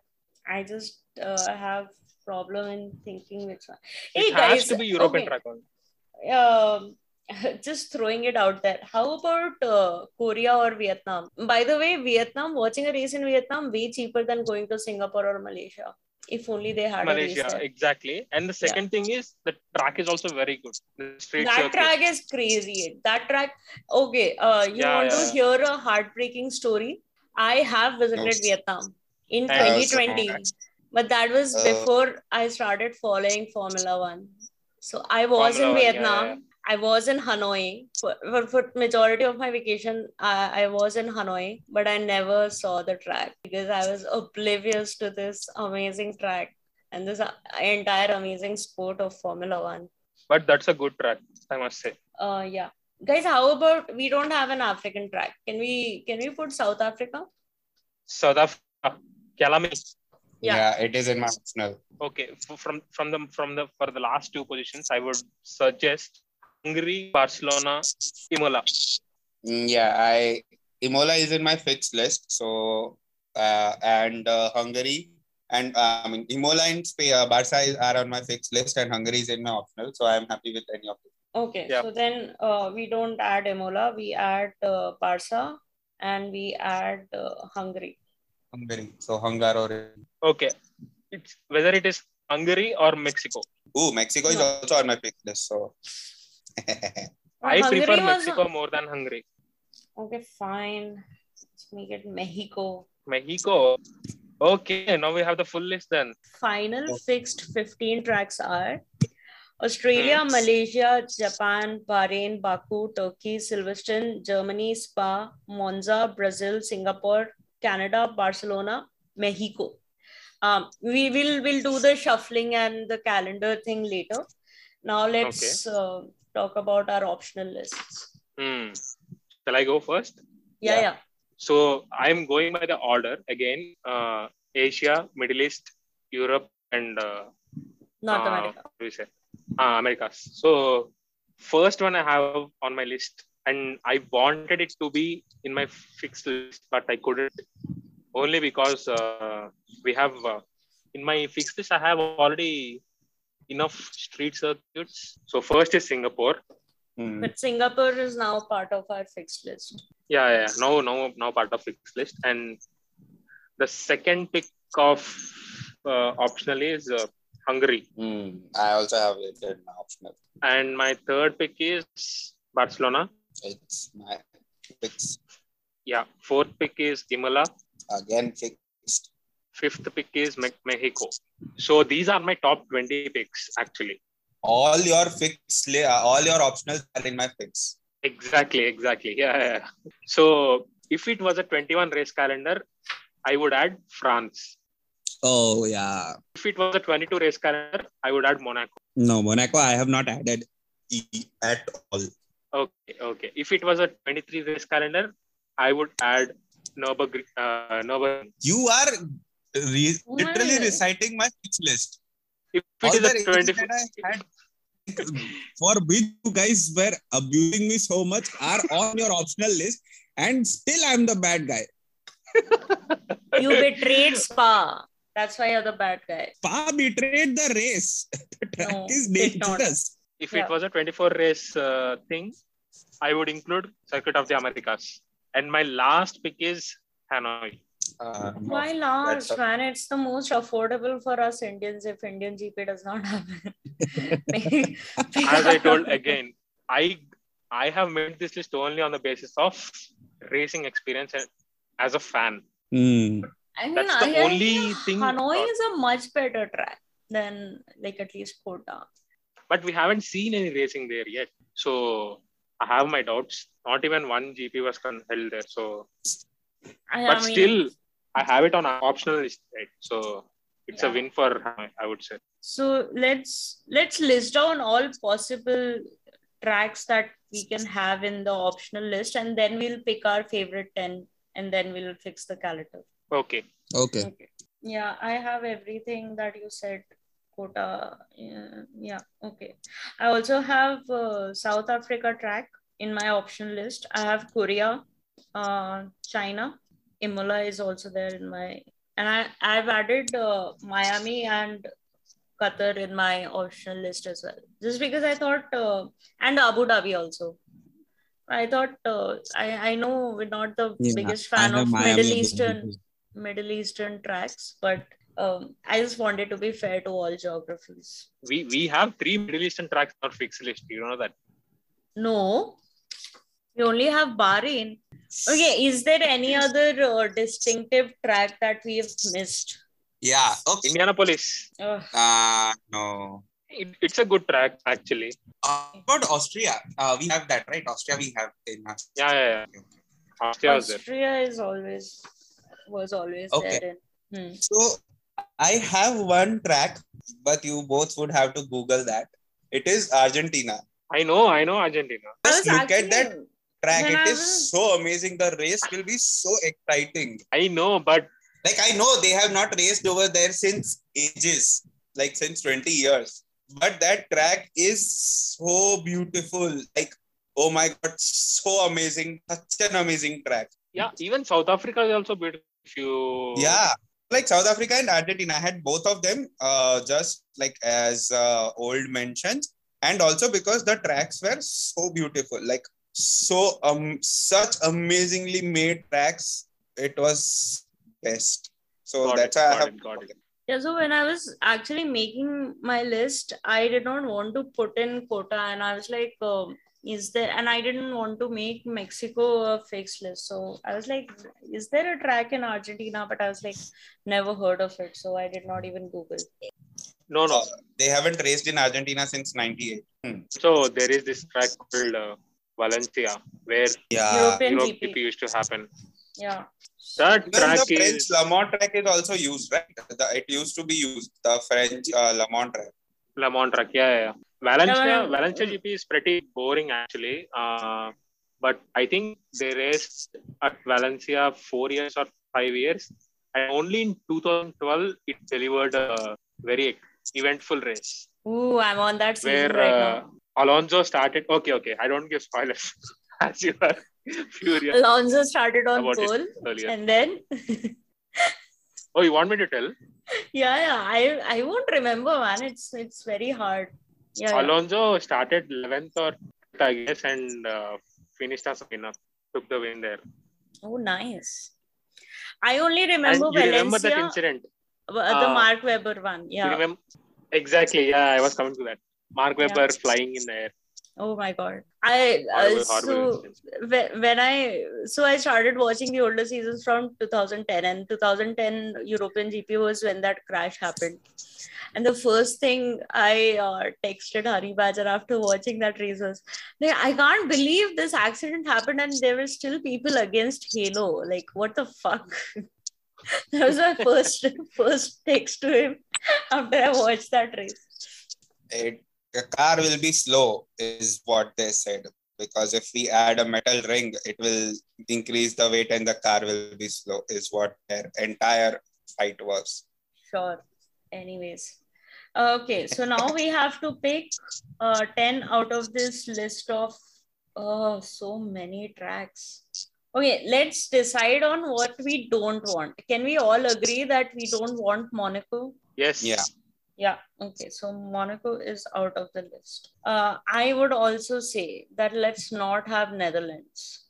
I just uh, have problem in thinking which one.
it
Hey
has
guys,
to be European
okay.
track only.
um, (laughs) just throwing it out there. How about uh, Korea or Vietnam? By the way, Vietnam, watching a race in Vietnam, way cheaper than going to Singapore or Malaysia. If only they had a
Malaysia,
race there.
exactly. And the second thing is the track is also very good. The straight
That
circuit.
track is crazy. That track, okay. Uh, you
Yeah,
want to
yeah.
hear a heartbreaking story? I have visited
Oops.
Vietnam in
I
also
2020,
have.
but that was
Uh,
before I started following Formula One. So I was
Formula
in
One, yeah,
Vietnam. I was in Hanoi for, for, for majority of my vacation. I, I was in Hanoi, but I never saw the track because I was oblivious to this amazing track and this uh, entire amazing sport of Formula One.
But that's a good track, I must say.
Uh, yeah, guys, how about we don't have an African track? Can we can we put South Africa?
South Africa, Calamy.
Yeah.
it is in my arsenal.
Okay, f- from from the from the for the last two positions, I would suggest Hungary, Barcelona, Imola.
Mm, Yeah, I Imola is in my fixed list. So uh, and uh, Hungary and uh, I mean Imola and Sp- uh, Barca is, are on my fixed list, and Hungary is in my optional. So I'm happy with any of them.
Okay,
Yeah.
so then uh, we don't add Emola, we add uh, Barca and we add uh, Hungary.
Hungary. So Hungar or
Okay, it's whether it is Hungary or Mexico.
Ooh, Mexico is
No.
also on my fixed list. So (laughs)
I
Hungary
prefer
was-
Mexico more than Hungary.
Okay, fine. Let's make it Mexico.
Mexico. Okay, now we have the full list then.
Final fixed 15 tracks are Australia, Malaysia, Japan, Bahrain, Baku, Turkey, Silverstone, Germany, Spa, Monza, Brazil, Singapore, Canada, Barcelona, Mexico. Um, we will will do the shuffling and the calendar thing later. Now let's uh, talk about our optional lists.
Hmm. Shall I go first?
Yeah,
Yeah.
yeah.
So I'm going by the order again: uh, Asia, Middle East, Europe, and uh,
North
uh,
America.
what do you say? Uh, Americas. So first one I have on my list, and I wanted it to be in my fixed list, but I couldn't only because uh, we have uh, in my fixed list I have already enough street circuits. So first is Singapore.
hmm.
But Singapore is now part of our fixed list.
Yeah, yeah. yeah. Now, now, now part of fixed list. And the second pick of uh, optional is uh, Hungary,
Hmm. I also have it in my optional.
and my third pick is Barcelona.
It's my fixed
Yeah. Fourth pick is Imola.
again fixed.
Fifth pick is Me- Mexico. So these are my top 20 picks, actually.
All your fixed, li- uh, all your optionals are in my fix.
Exactly, exactly. Yeah, yeah. yeah. So if it was a 21 race calendar, I would add France.
Oh yeah.
If it was a 22 race calendar, I would add Monaco.
No, Monaco, I have not added E at all.
Okay, okay. If it was a 23 race calendar, I would add Nürburgring. Uh, Nürburgring.
You are re- literally
Why?
reciting my fix list.
If
All
it is
the
a
reasons
24,
that I had for which you guys were abusing me so much are on your optional list, and still I'm the bad guy.
You betrayed Spa. That's why you're the bad guy.
Pa betrayed the race. (laughs) The track
No,
is
did not.
dangerous.
if
Yeah.
it was a 24 race uh, thing, I would include Circuit of the Americas. And my last pick is Hanoi.
Uh,
Why last,
that's a-
man? It's the most affordable for us Indians if Indian GP does not happen.
(laughs)
(laughs) As
As I
(laughs)
told again, I I have made this list only on the basis of racing experience and as a fan.
Hmm.
I mean,
that's the
I- I
only
think
thing- uh,
Hanoi is a much better track than, like, at least Kota.
But we haven't seen any racing there yet. So I have my doubts. Not even one GP was con- held there. So
I,
but
I mean,
still I have it on an optional list, right? So it's a
Yeah.
win for Hanoi, I would say.
so let's let's list down all possible tracks that we can have in the optional list, and then we'll pick our favorite ten, and then we'll fix the calendar.
Okay.
Okay.
Okay. Yeah, I have everything that you said, Kota. Yeah, yeah, okay. I also have uh, South Africa track in my option list. I have Korea, uh, China. Imola is also there in my, and I I've added uh, Miami and Qatar in my optional list as well, just because I thought uh, and Abu Dhabi also. I thought uh, I I know we're not the
Yeah,
biggest
I
fan
have
of
Miami
Middle
Dolphins.
Eastern Middle Eastern tracks, but um, I just wanted to be fair to all geographies.
We we have three Middle Eastern tracks on our fixed list. You know that.
No, we only have Bahrain. Okay, is there any other uh, distinctive track that we have missed?
Yeah. Okay.
Indianapolis.
Ugh.
Uh, no.
It, it's a good track actually.
Uh, about Austria, uh, we have that, right? Austria, we have in us.
Yeah, yeah, yeah. Austria is there.
Austria is always was always
Okay.
there. In, hmm.
So I have one track, but you both would have to Google that. It is Argentina
I know, I know Argentina.
I
Just
was
look at that
actually-
track.
Then
It
I
is
will-
so amazing. The race will be so exciting.
I know, but
Like I know they have not raced over there since ages, like since 20 years. But that track is so beautiful. Like, oh my god, so amazing. Such an amazing track.
yeah, even South Africa is also beautiful. If you
Yeah. Like South Africa and Argentina I had both of them uh, just like as uh, old mentions. And also because the tracks were so beautiful, like so um such amazingly made tracks. It was best. So
got
that's
it,
why I
got
have
it, got it.
Yeah, so when I was actually making my list, I did not want to put in quota, and I was like, um, "Is there?" And I didn't want to make Mexico a fixed list, so I was like, "Is there a track in Argentina?" But I was like, "Never heard of it," so I did not even Google.
No, no.
they haven't raced in Argentina since 98.
So there is this track called uh, Valencia where
Yeah.
European
Uh, Europe
GP,
GP used to happen.
yeah.
That
Even
track
the French
is
Lamont track is also used, right? The- it used to be used, the French uh, Lamont track.
Lamont track. Yeah, yeah. Valencia,
Yeah, yeah.
Valencia GP is pretty boring actually. Uh, but I think they raced at Valencia four years or five years, and only in 2012 it delivered a very eventful race
Ooh, I'm on that season
where
right
uh,
now.
Alonso started. Okay, okay. I don't give spoilers (laughs) as you are furious
Alonso started on
about his
pole,
earlier.
and then (laughs)
Oh, you want me to tell?
yeah, yeah, I I won't remember, man. It's it's very hard. Yeah, yeah.
Alonso started 11th or 12th, I guess, and uh, finished as winner. Took the win there.
Oh, nice. I only
And
remember
you remember that
Valencia,
incident?
uh, the
uh,
Mark Webber one.
You
Yeah.
remember? Exactly. Yeah, I was coming to that. Mark
Yeah.
Webber flying in the air.
Oh my God. I uh,
Horrible, horrible
so
incident.
whe- when I so I started watching the older seasons from 2010, and 2010 European GP was when that crash happened. And the first thing I uh, texted Hari Badger after watching that race was, "Like, I can't believe this accident happened, and there were still people against Halo. Like, what the fuck? (laughs) that was my first (laughs) first text to him after I watched that race.
It, the car will be slow, is what they said. Because if we add a metal ring, it will increase the weight and the car will be slow, is what their entire fight was.
Sure. Anyways. Okay, so now we have to pick uh, 10 out of this list of oh, so many tracks. Okay, let's decide on what we don't want. Can we all agree that we don't want Monaco?
Yes.
Yeah.
Yeah, okay, so Monaco is out of the list. Uh, I would also say that let's not have Netherlands.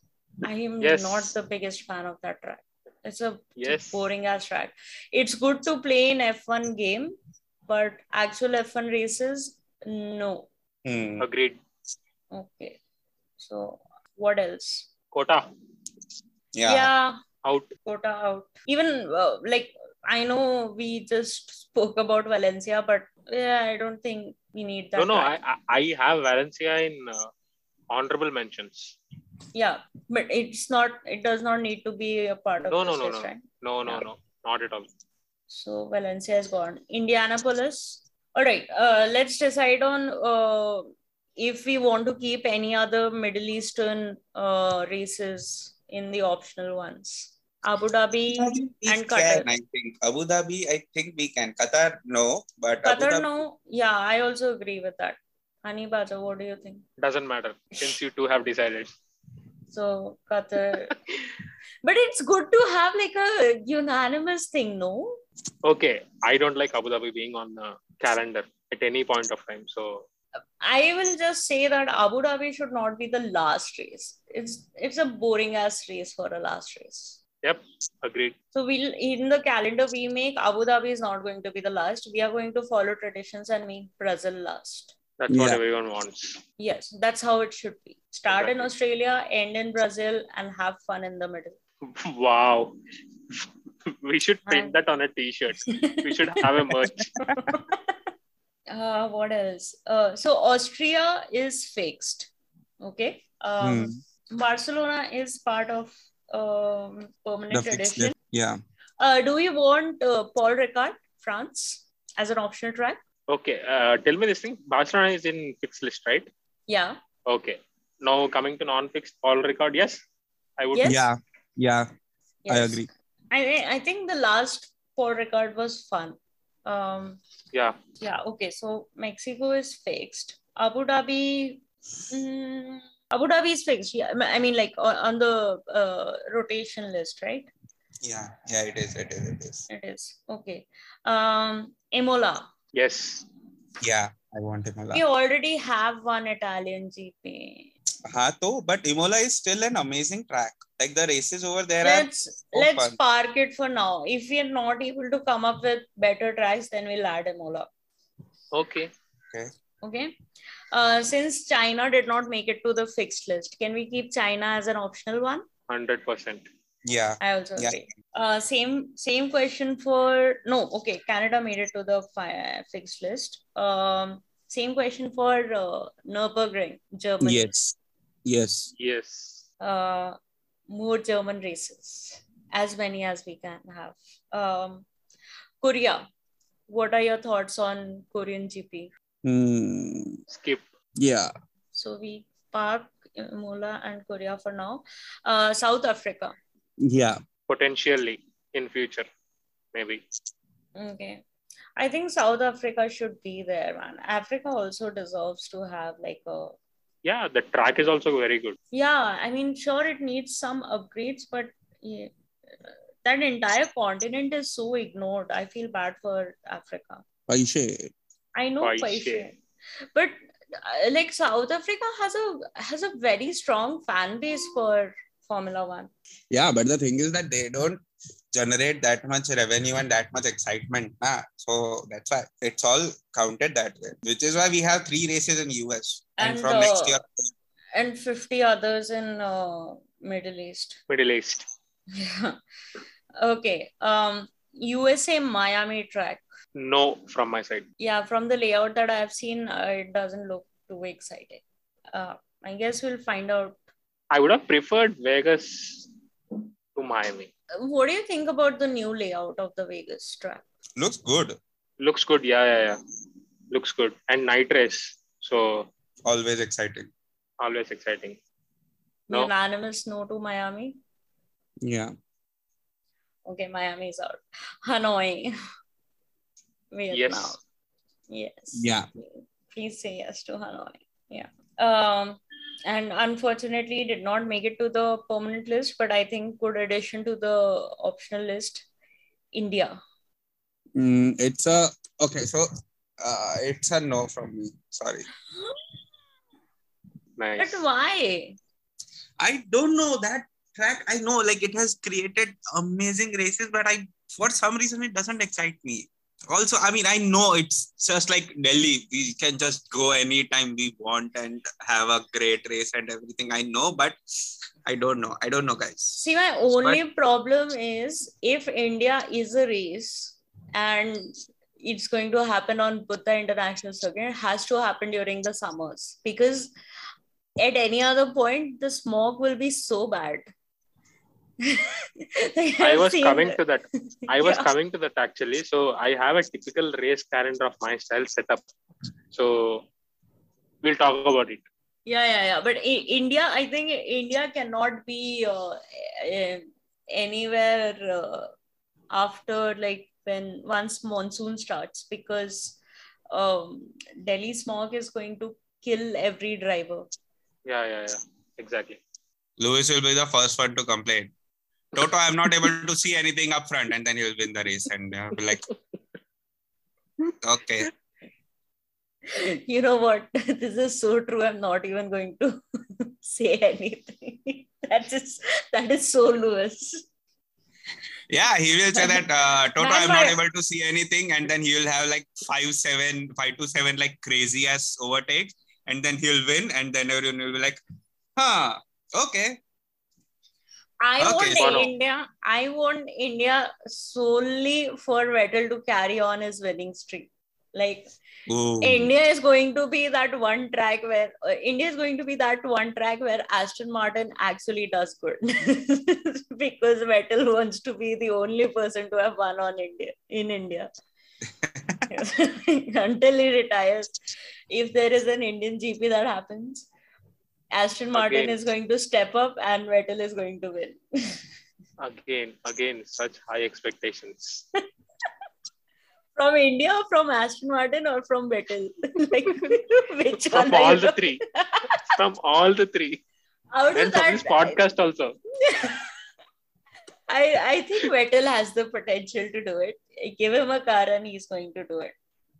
I am
Yes.
not the biggest fan of that track. It's a
Yes.
boring ass track. It's good to play in F1 game, but actual F1 races, no.
Hmm.
Agreed.
Okay. So what else?
Kota
Yeah.
out.
quota out. Even uh, like I know we just spoke about Valencia, but yeah, I don't think we need that.
no, no. I,
track.
I I have Valencia in uh, honorable mentions.
Yeah, but it's not. It does not need to be a part of
No,
this
no, no,
list, right?
No, no,
Yeah.
no. Not at all.
So Valencia is gone. Indianapolis. All right. Uh, let's decide on uh, if we want to keep any other Middle Eastern uh, races in the optional ones. Abu Dhabi.
We
And
can,
Qatar.
I think. Abu Dhabi, I think we can. Qatar, no. But Abu
Qatar,
Dhabi,
no. Yeah, I also agree with that. Hani Baja, what do you think?
Doesn't matter since you two have decided.
So (laughs) Qatar. but it's good to have like a unanimous thing, no?
Okay, I don't like Abu Dhabi being on the calendar at any point of time. So
I will just say that Abu Dhabi should not be the last race. It's it's a boring ass race for a last race.
Yep, agreed.
So we'll in the calendar we make Abu Dhabi is not going to be the last. We are going to follow traditions and make Brazil last.
That's what
Yeah.
everyone wants. (laughs)
Yes, that's how it should be. Start in
Exactly.
Australia, end in Brazil, and have fun in the
Wow. we should
Hi.
print that on a t-shirt. We (laughs)
middle.
should have a merch.
uh, what else? Uh, so Austria is fixed. Okay.
Hmm.
Um, Barcelona is part of um, permanent
The fixed
tradition.
Yeah.
Uh, do you want uh, Paul Ricard, France, as an optional track?
Okay, uh, tell me this thing. Barcelona is in fixed list, right?
Yeah.
Okay. Now coming to non-fixed all record, yes, I would.
Yes.
Yeah. Yeah. I
yes.
agree.
I, I think the last Paul Ricard was fun. Um,
Yeah.
yeah. Okay. So Mexico is fixed. Abu Dhabi. mm, Abu Dhabi is fixed. Yeah. I mean, like on, on the uh, rotation list, right?
Yeah, yeah, it is, it is, it is.
It is. Okay. Um, Emola.
Yes.
Yeah. I want Imola.
We already have one Italian GP.
हाँ तो but Imola is still an amazing track. Like the races over there are
Let's
so
let's
fun.
park it for now. If we are not able to come up with better tracks, then we'll add Emola.
Okay.
Okay. Uh, since China did not make it to the fixed list, can we keep China as an optional one?
Hundred percent.
Yeah.
I also
Yeah.
agree. Uh, same same question for no. Okay, Canada made it to the fi- fixed list. Um, same question for uh, Nürburgring, Germany.
Yes. Yes.
Yes.
uh, more German races, as many as we can have. Um, Korea, what are your thoughts on Korean GP?
Hmm.
Skip.
Yeah.
So we park Mola and Korea for now. Uh, South Africa,
Yeah.
Potentially in future, maybe.
okay. I think South Africa should be there, man. Africa also deserves to have like a
Yeah, the track is also very good.
yeah. I mean, sure, it needs some upgrades, but yeah, that entire continent is so ignored. I feel bad for Africa.
पैसे
I know
Paise.
Paise. But uh, like South Africa has a has a very strong fan base for Formula One.
Yeah, but the thing is that
That they don't generate that much revenue and that much excitement. Nah. So that's why it's all counted that way, which is why we have three races in US. And,
And,
from
uh,
next year,
And 50 others in uh, Middle East. (laughs)
Middle East.
Yeah. okay. Um USA Miami track.
No, from my side.
Yeah, from the layout that I've seen, uh, it doesn't look too exciting. Uh, I guess we'll find out.
I would have preferred Vegas to Miami.
What do you think about the new layout of the Vegas track?
looks good.
Looks good. Yeah, yeah, yeah. Looks good. And night race. So
Always exciting.
always exciting. No.
Unanimous no to Miami.
Yeah.
Okay, Miami's out. Hanoi. (laughs) Vietnam.
Yes.
Yes.
Yeah.
Please say yes to Hanoi. Yeah. Um, and unfortunately, did not make it to the permanent list, but I think good addition to the optional list. India.
Mm, it's a
Hmm. okay, so uh, it's a no from me. Sorry.
But
Nice.
why?
I don't know that track. I know like it has created amazing races, but I for some reason it doesn't excite me. Also, I mean, I know it's just like Delhi. We can just go anytime we want and have a great race and everything. I know, but I don't know. I don't know, guys.
See, my only problem is if India is a race and it's going to happen on Buddha International Circuit, it has to happen during the summers because at any other point, the smog will be so bad. (laughs)
I
I
was coming to that. I was coming to that actually. So I have a typical race calendar of my style setup. So we'll talk about it.
Yeah, yeah, yeah. But I- India, I think India cannot be uh, eh, anywhere uh, after like when once monsoon starts because um, Delhi smog is going to kill every driver. (laughs)
Yeah, yeah, yeah. Exactly.
Lewis will be the first one to complain. Toto, I'm not able to see anything up front, and then he'll win the race, and uh, be like, okay,
you know what? (laughs) this is so true. I'm not even going to (laughs) say anything. (laughs) that is that is so Lewis.
Yeah, he will say that uh, Toto,
That's
I'm not
why-
able to see anything, and then he will have like five seven, five to seven, like crazy ass overtakes, and then he'll win, and then everyone will be like, huh, okay.
I
Okay,
want
Bono.
India. I want India solely for Vettel to carry on his winning streak. Like
Ooh.
India is going to be that one track where uh, India is going to be that one track where Aston Martin actually does good (laughs) because Vettel wants to be the only person to have won on India
(laughs)
in India until he retires. If there is an Indian GP that happens, Aston Martin
Again.
is going to step up and Vettel is going to win.
Again, again, such high expectations.
From India, from Aston Martin, or from Vettel? (laughs) like, which
From
one are
all
you (laughs)
the three. From all the three.
Out of
And from this
that,
podcast also.
I, I think Vettel has the potential to do it. Give him a car and he's going to do it.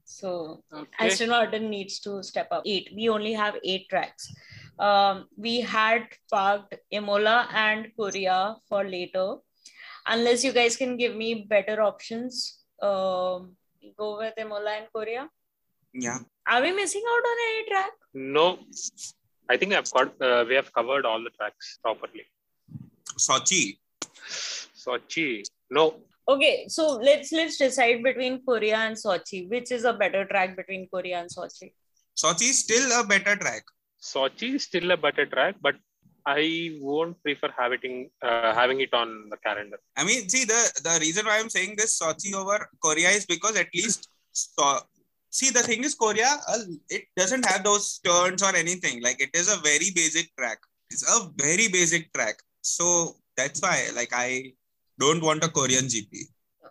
So
Okay.
Aston Martin needs to step up. Eight. We only have eight tracks. Um, we had parked Imola and Korea for later. Unless you guys can give me better options, um, go with Imola and Korea.
Yeah.
Are we missing out on any track?
No. I think I've got uh, we have covered all the tracks properly.
Sochi.
Sochi. No.
Okay, so let's let's decide between Korea and Sochi. Which is a better track between Korea and Sochi?
Sochi is still a better track.
Sochi is still a better track, but I won't prefer having uh, having it on the calendar.
I mean, see the the reason why I'm saying this Sochi over Korea is because at least so, see the thing is Korea uh, it doesn't have those turns or anything. Like it is a very basic track. It's a very basic track. So that's why like I don't want a Korean GP.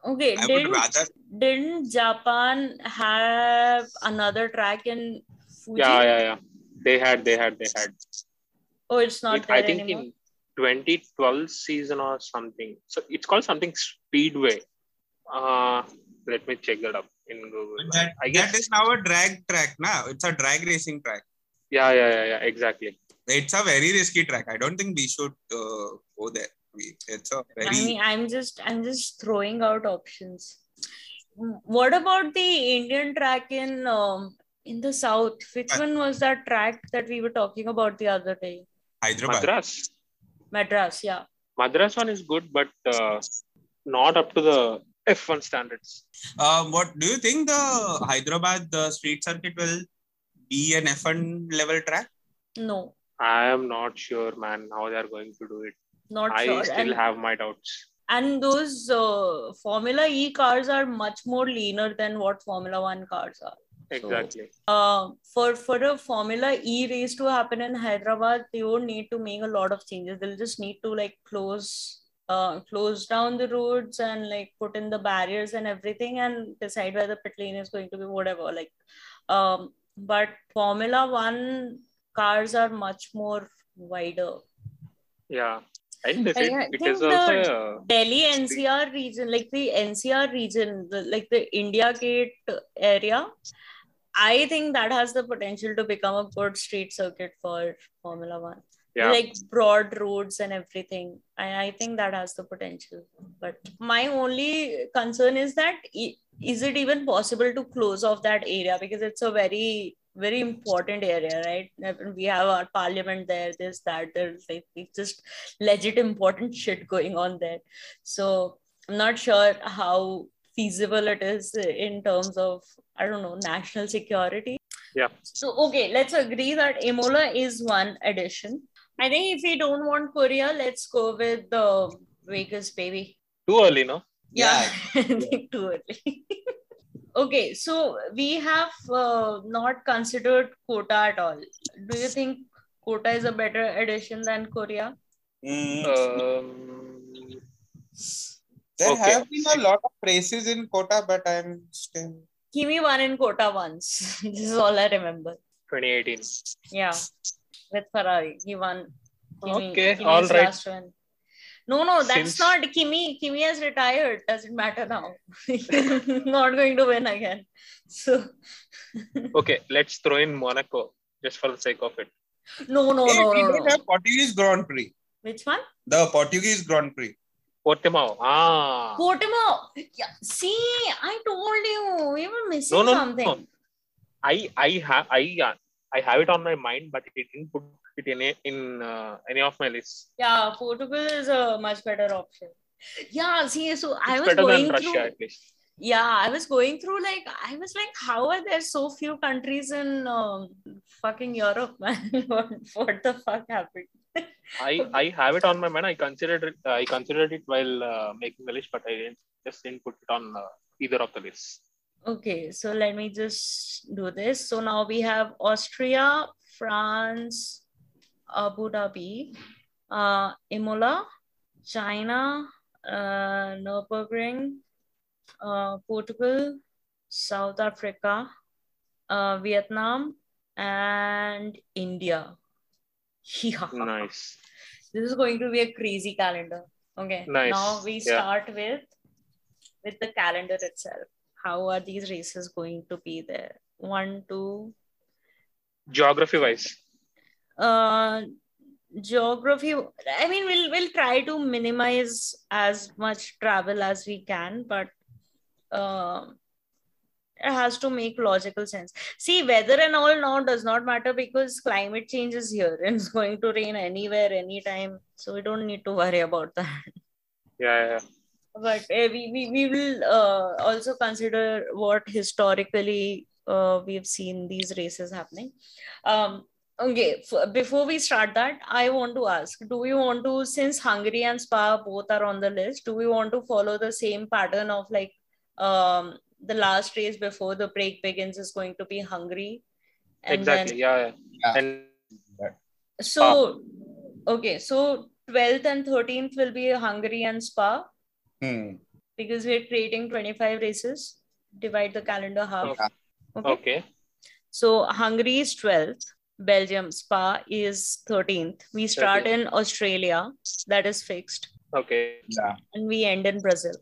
Okay,
I would
didn't
rather
didn't Japan have another track in Fuji?
Yeah, yeah, yeah. They had, they had, they had.
Oh, it's not
It-
there
I think
anymore.
in 2012 season or something. So it's called something Speedway. Uh, let me check that up in Google.
that,
I guess.
that is now a drag track now. It's a drag racing track.
yeah, yeah, yeah, yeah. Exactly.
It's a very risky track. I don't think we should uh, go there. We, it's a very
I mean, I'm just I'm just throwing out options. What about the Indian track in um, in the south? Which one was that track that we were talking about the other day?
Hyderabad.
Madras.
Madras, yeah.
Madras one is good, but uh, not up to the F1 standards.
Uh,
Um, what do you think the Hyderabad the street circuit will be an F1 level track?
No,
I am not sure, man, how they are going to do it.
not
I
sure.
still
and,
have my doubts.
and those uh, Formula E cars are much more leaner than what Formula One cars are.
Exactly.
Uh, for for a Formula E race to happen in Hyderabad, they won't need to make a lot of changes. They'll just need to like close uh, close down the roads and like put in the barriers and everything and decide where the pit lane is going to be, whatever. Like, um, but Formula One cars are much more wider.
yeah. I think
I-
that's it.
I
It
think
is also
the-
a
Delhi NCR region, like the NCR region, the, like the India Gate area, I think that has the potential to become a good street circuit for Formula One.
yeah.
Like broad roads and everything. I, I think that has the potential. But my only concern is that i- is it even possible to close off that area because it's a very very important area, right? We have our parliament there, this, that, there's like it's just legit important shit going on there. So I'm not sure how feasible it is in terms of I don't know national security.
Yeah.
So okay, let's agree that Emola is one addition. I think if we don't want Korea, let's go with the Vegas baby. (laughs)
Too early, no?
Yeah, I think too early. (laughs) okay, so we have uh, not considered Kota at all. Do you think Kota is a better addition than Korea?
Mm,
Uh, Um,
there
okay.
have been a lot of races in Kota, but I'm still.
Kimi won in Kota once. (laughs) this is all I remember.
2018.
Yeah, with Ferrari, he won. Kimi,
Okay,
Kimi's
all right.
last win. No, no, that's
Since-
not Kimi. Kimi has retired. Doesn't matter now. (laughs) not going to win again. So
Okay, let's throw in Monaco just for the sake of it.
no, no,
Hey,
no,
we
no,
don't
no.
have Portuguese Grand Prix.
Which one?
The Portuguese Grand Prix.
Portimao. Ah.
Portimao. Yeah. See, I told you we were missing
No, no,
something.
no. I I have I uh, I have it on my mind, but it didn't put it in a, in uh, any of my lists.
Yeah, Portugal is a much better option. Yeah, see, so
It's
I was
better
going
than
through.
Russia at least.
Yeah, I was going through like I was like, how are there so few countries in um, fucking Europe, (laughs) man? what, what the fuck happened?
I I have it on my mind. I considered it, I considered it while uh, making the list, but I didn't, just didn't put it on uh, either of the lists.
Okay, so let me just do this. So now we have Austria, France, Abu Dhabi, uh, Imola, China, uh, Nürburgring, uh, Portugal, South Africa, uh, Vietnam, and India. Yeah.
Hmm. Nice.
This is going to be a crazy calendar. Okay.
Nice,
Now we
yeah.
start with with the calendar itself. How are these races going to be there? One, two.
Geography wise,
Uh, geography. I mean, we'll we'll try to minimize as much travel as we can, but um it has to make logical sense. See, weather and all now does not matter because climate change is here and it's (laughs) going to rain anywhere, anytime. So we don't need to worry about that.
yeah, yeah.
but uh, we, we we will uh, also consider what historically uh, we've seen these races happening um okay f- before we start that i want to ask do we want to since hungary and spa both are on the list do we want to follow the same pattern of like um the last race before the break begins is going to be hungary and
exactly,
then
yeah, yeah.
Yeah.
And
so okay so 12th and 13th will be hungary and spa
Hmm.
because we're creating 25 races divide the calendar half
Yeah.
okay,
okay,
so hungary is 12th belgium spa is 13th we start in australia that is fixed
okay,
Yeah.
and we end in brazil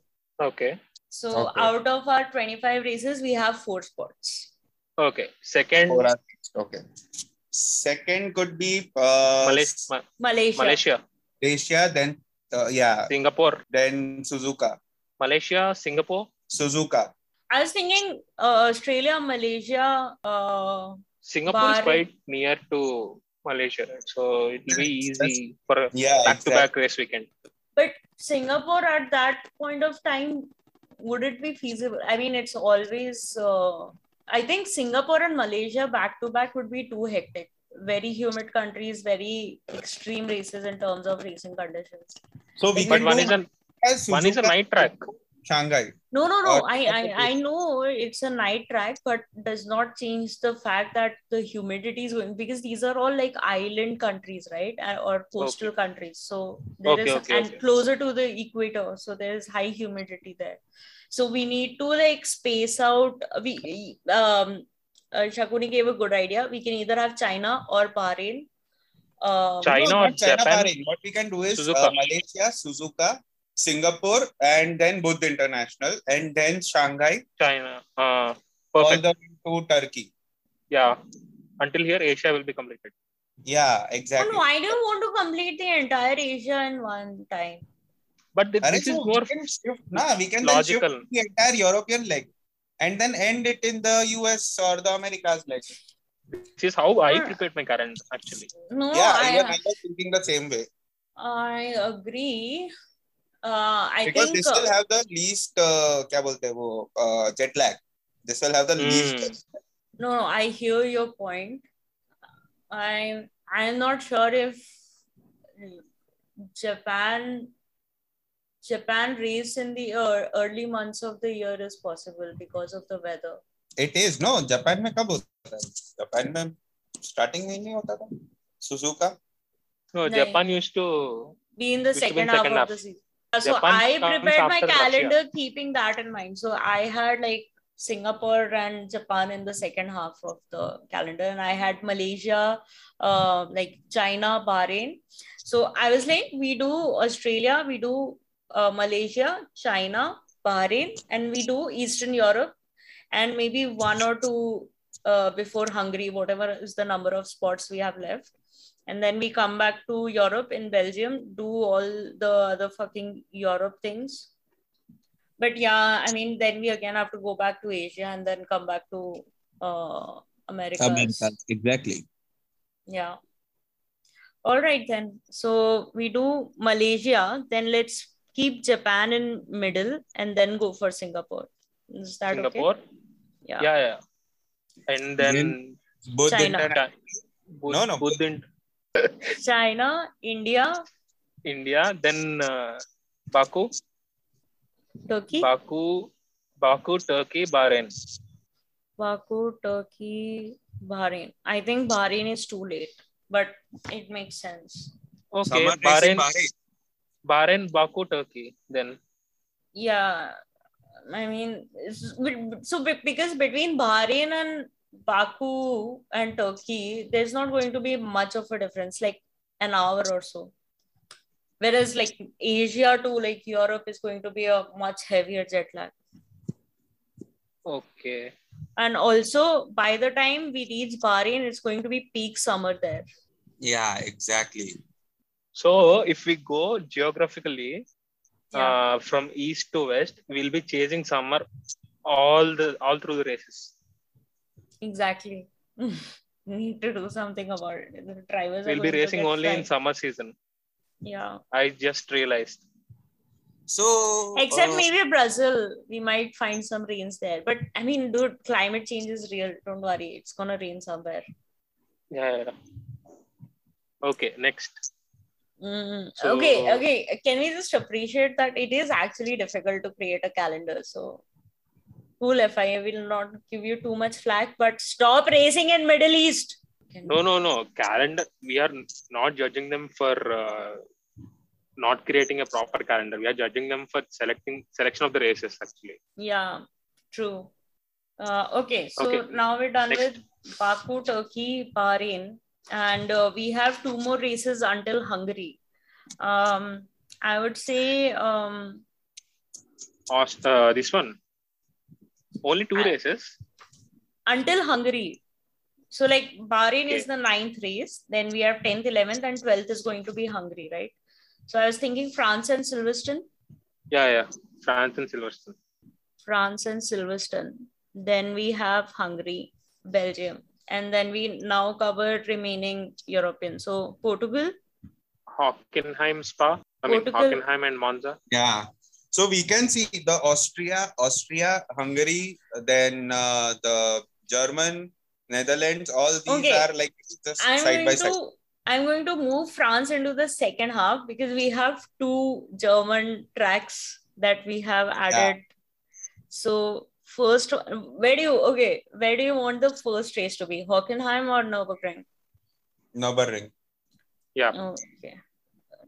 okay,
so
Okay.
out of our 25 races we have four spots
okay. Second,
Four are fixed. Okay. Second could be uh,
Malaysia, Ma-
malaysia,
Malaysia,
Malaysia, then uh, yeah,
Singapore,
then Suzuka.
Malaysia, Singapore,
Suzuka.
i was thinking uh, australia malaysia uh,
Singapore is
Bahrain.
quite near to Malaysia, right? so it will be
Correct. That's-
easy for a
Yeah,
back-to-back race weekend.
but singapore at that point of time would it be feasible i mean it's always uh, i think singapore and malaysia back to back would be too hectic very humid countries very extreme races in terms of racing conditions
So we
But
can
one
do
is a
as
one is a
Suzuka,
night track.
Shanghai.
no no no
Or-
I, I i know it's a night track but does not change the fact that the humidity is going because these are all like island countries right Uh, or coastal countries so there is
Okay, okay,
and
okay.
closer to the equator so there is high humidity there so we need to like space out we um uh, shakuni gave a good idea we can either have china or bahrain um,
China
No,
or
not China,
Japan?
Bahrain. What we can do is
Suzuka.
uh, Malaysia, Suzuka, Singapore, and then Buddha International, and then Shanghai,
China. Uh,
all
perfect.
the way to Turkey.
yeah. Until here, Asia will be completed.
Yeah,
and
exactly.
why do you want to complete the entire asia in one time
But thi-
Arre,
this is
so
more
we can shift, na, we can then shift
logical.
the entire European leg and then end it in the US or the Americas leg.
This is how I
Ah.
prepared my current actually.
no
yeah,
I,
even I was thinking the same way
I agree. Uh, I
because
think
this will
uh,
have the least, uh, क्या बोलते हैं वो, uh, jet lag. This will have the
Mm.
least.
no, no, I hear your point. I I'm not sure if Japan Japan race in the ear early months of the year is possible because of the weather.
It is no Japan में कब होता है? Japan में starting में ही नहीं होता था. Suzuka.
No,
Nahi.
Japan used to.
be in the
Which will be
second
in
half
second
of
half.
the season. Uh, So
Japan
I
comes
prepared my
after Russia.
calendar keeping that in mind. So I had like Singapore and Japan in the second half of the calendar, and I had Malaysia, uh, like China, Bahrain. So I was like, we do Australia, we do uh, Malaysia, China, Bahrain, and we do Eastern Europe, and maybe one or two uh, before Hungary, whatever is the number of spots we have left. And then we come back to Europe in Belgium, do all the other fucking Europe things. But yeah, I mean, then we again have to go back to Asia and then come back to uh, America.
America, exactly.
Yeah. All right then. So we do Malaysia. Then let's keep Japan in middle and then go for Singapore. Is that
Singapore.
okay?
Yeah.
Yeah.
yeah, And then
Both
China.
interna-
Chi- both,
No, no.
both in
China, India,
India, then uh, Baku,
Turkey,
Baku, Baku, Turkey, Bahrain.
Baku, Turkey, Bahrain. I think Bahrain is too late, but it makes sense.
Okay,
Summer race in
Bahrain,
Bahrain.
Bahrain, Baku, Turkey. Then
Yeah. I mean, it's- but- so be- because between Bahrain and Baku and Turkey, there's not going to be much of a difference, like an hour or so. Whereas, like Asia to like Europe is going to be a much heavier jet lag.
okay,
And also, by the time we reach Bahrain, it's going to be peak summer there.
Yeah, exactly.
so if we go geographically
Yeah.
uh, from east to west, we'll be chasing summer all the all through the races.
Exactly. (laughs) Need to do something about it. The drivers are
We'll be
going to
racing
get
only in
fried.
summer season.
Yeah.
I just realized.
So
Except
uh,
Oh.
maybe Brazil, we might find some rains there. But I mean, dude, climate change is real. Don't worry, it's gonna rain somewhere.
Yeah. yeah, yeah. Okay, next.
Mm.
So-
okay, okay. Can we just appreciate that it is actually difficult to create a calendar? So, cool. If I will not give you too much flack, but stop racing in Middle East.
No, no, no. Calendar. We are not judging them for uh, not creating a proper calendar. We are judging them for selecting selection of the races. Actually,
Yeah, true. Uh, okay, so
Okay.
now we're done
Next.
with Baku, Turkey, Bahrain, and uh, we have two more races until Hungary. Um, I would say, um,
Aust- uh, this one. Only two
I-
races.
until Hungary. So, like Bahrain
Okay.
is the ninth race, then we have 10th, 11th, and 12th is going to be Hungary, right? So, I was thinking France and Silverstone,
Yeah, yeah. France and Silverstone.
France and Silverstone. Then we have Hungary, Belgium, and then we now cover remaining European. So Portugal,
Hockenheim Spa. I mean
Portugal.
Hockenheim and Monza.
yeah,
So we can see the Austria, Austria, Hungary, then uh, the German, Netherlands. All these
Okay.
are like just
I'm
side by
going
side.
to I'm going to move France into the second half because we have two German tracks that we have added. So first, where do you okay? Where do you want the first race to be? Hockenheim or Nürburgring?
Nürburgring.
Okay.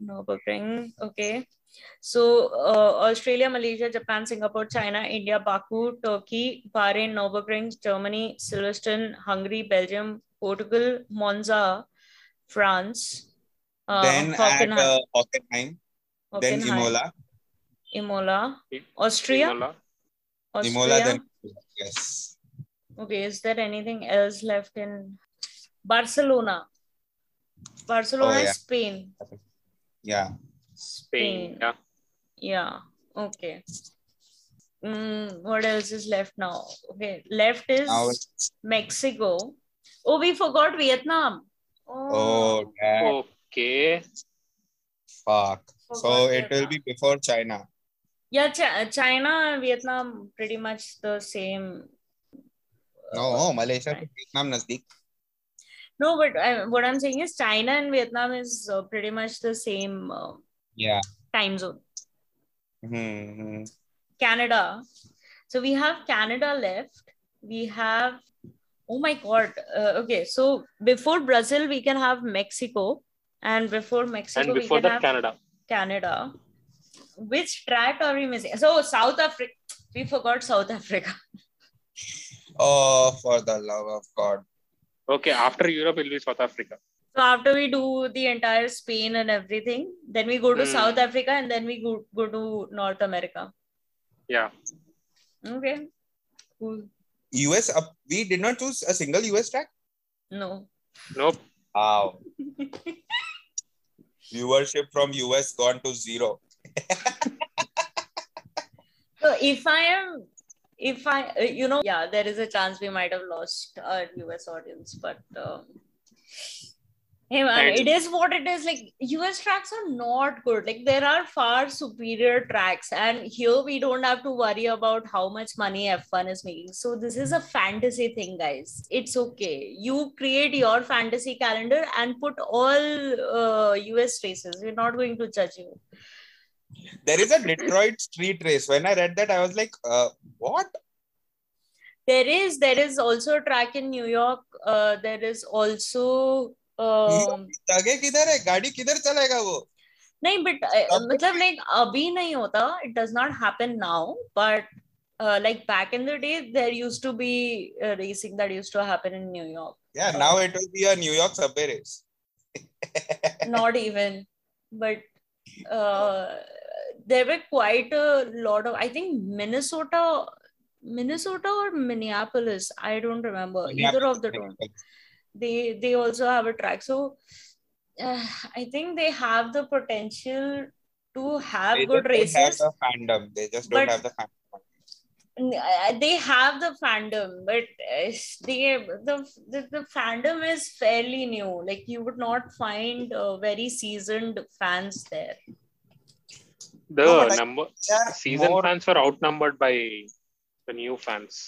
Nürburgring. Okay. So uh, Australia, Malaysia, Japan, Singapore, China, India, Baku, Turkey, Bahrain, Nürburgring, Germany, Silverstone, Hungary, Belgium, Portugal, Monza, France. Uh,
then at
Hockenheim,
uh, Hockenheim, then
Hockenheim,
Imola,
Imola,
I-
Austria,
Imola.
Austria.
Imola, then yes.
Okay, is there anything else left in Barcelona? Barcelona,
Oh, yeah.
Spain.
Yeah,
Spain. Yeah.
Yeah. Okay. Mm, what else is left now? Okay. Left is
now
Mexico. Oh, we forgot Vietnam.
oh that
Okay.
fuck. Oh, So
forgot
it will
Vietnam.
be before China.
Yeah, Ch- China and Vietnam pretty much the same.
No, oh, Malaysia to Vietnam Nazdik.
No, but uh, what I'm saying is China and Vietnam is uh, pretty much the same uh,
Yeah.
time zone.
hmm
Canada. So we have Canada left. We have, oh my God. Uh, okay, so before Brazil, we can have Mexico. And before Mexico,
And before
we can
that,
have
Canada.
Canada. Which track are we missing? So South Africa. We forgot South Africa. (laughs)
Oh, for the love of God.
Okay. After Europe, it'll be South Africa.
So after we do the entire Spain and everything, then we go to
Hmm.
South Africa and then we go, go to North America.
Yeah.
Okay. Cool.
US, up, uh, we did not choose a single US track.
No.
Nope.
(laughs)
Wow. Viewership from US gone to zero.
So if I am, if I, uh, you know, yeah, there is a chance we might have lost our US audience, but um, hey man,
Right.
it is what it is. Like US tracks are not good. Like there are far superior tracks, and here we don't have to worry about how much money F1 is making. So this is a fantasy thing, guys. It's okay. You create your fantasy calendar and put all uh, US races. We're not going to judge you.
There is a Detroit street race. When I read that, I was like, uh, what?
there is there is also a track in new york uh, there is also um,
आगे किधर है गाड़ी किधर चलाएगा वो
नहीं but uh, मतलब like अभी नहीं होता it does not happen now but uh, like back in the day there used to be uh, racing that used to happen in new york
Yeah, now it will be a New York subway race.
not even but uh, there were quite a lot of i think minnesota minnesota or minneapolis i don't remember either of the two they they also have a track so uh, i think they have the potential to have
They
good
just don't have
races
the fandom. They just don't
But-
have the fandom.
N- uh, they have the fandom but uh, they the, the the fandom is fairly new like you would not find uh, very seasoned fans there
The
No, but I-
number
They are
season
more-
fans were outnumbered by the new fans.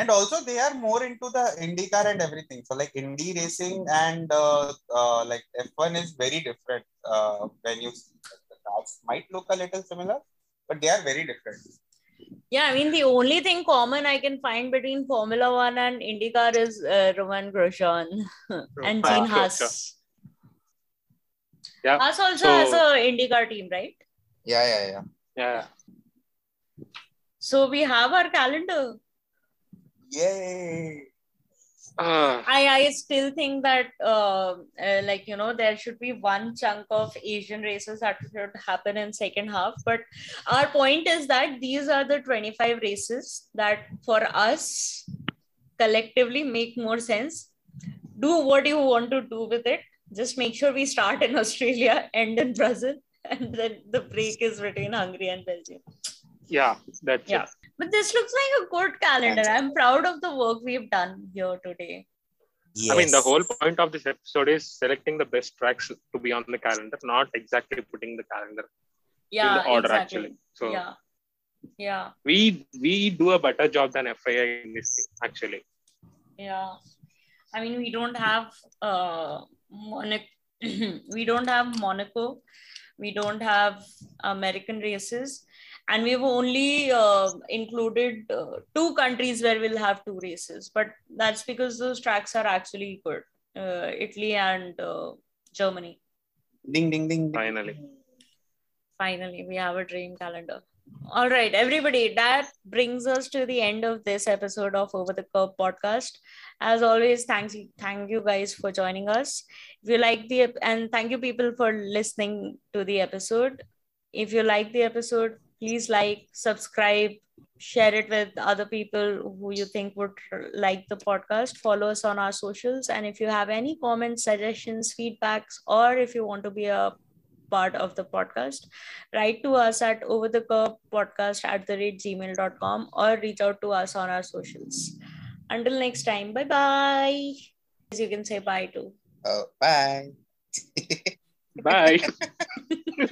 and also they are more into the IndyCar and everything. So like Indy racing and uh, uh, like F1 is very different. Uh, when you the cars might look a little similar, but they are very different.
yeah i mean the only thing common i can find between formula 1 and indycar is uh, roman grosjean and
Roman
gene haas
Grosjean. Yeah,
haas also
so-
has a indycar team right
Yeah, yeah, yeah.
Yeah.
so we have our calendar
Yay!
Ah,
I, I still think that uh, uh, like you know there should be one chunk of asian races that should happen in second half but our point is that these are the 25 races that for us collectively make more sense do what you want to do with it just make sure we start in (laughs) australia end in brazil and then the break is between hungary and belgium
yeah, that's
Yeah.
it.
but this looks like a good calendar i'm proud of the work we've done here today
I mean, the whole point of this episode is selecting the best tracks to be on the calendar, not exactly putting the calendar in
yeah
the order
exactly.
actually. So
yeah yeah
we we do a better job than FIA in this thing actually.
yeah i mean we don't have uh monaco (clears throat) we don't have monaco we don't have american races and we've only uh, included uh, two countries where we'll have two races but that's because those tracks are actually good uh, italy and uh, germany
Ding ding ding. ding.
Finally.
finally we have a dream calendar all right everybody that brings us to the end of this episode of over the curb podcast as always thanks thank you guys for joining us if you like the ep- and thank you people for listening to the episode if you like the episode please like subscribe share it with other people who you think would like the podcast follow us on our socials and if you have any comments suggestions feedbacks or if you want to be a part of the podcast write to us at over the curb podcast at the rate gmail.com or reach out to us on our socials until next time bye bye As you can say bye to
(laughs) Oh, bye.
Bye.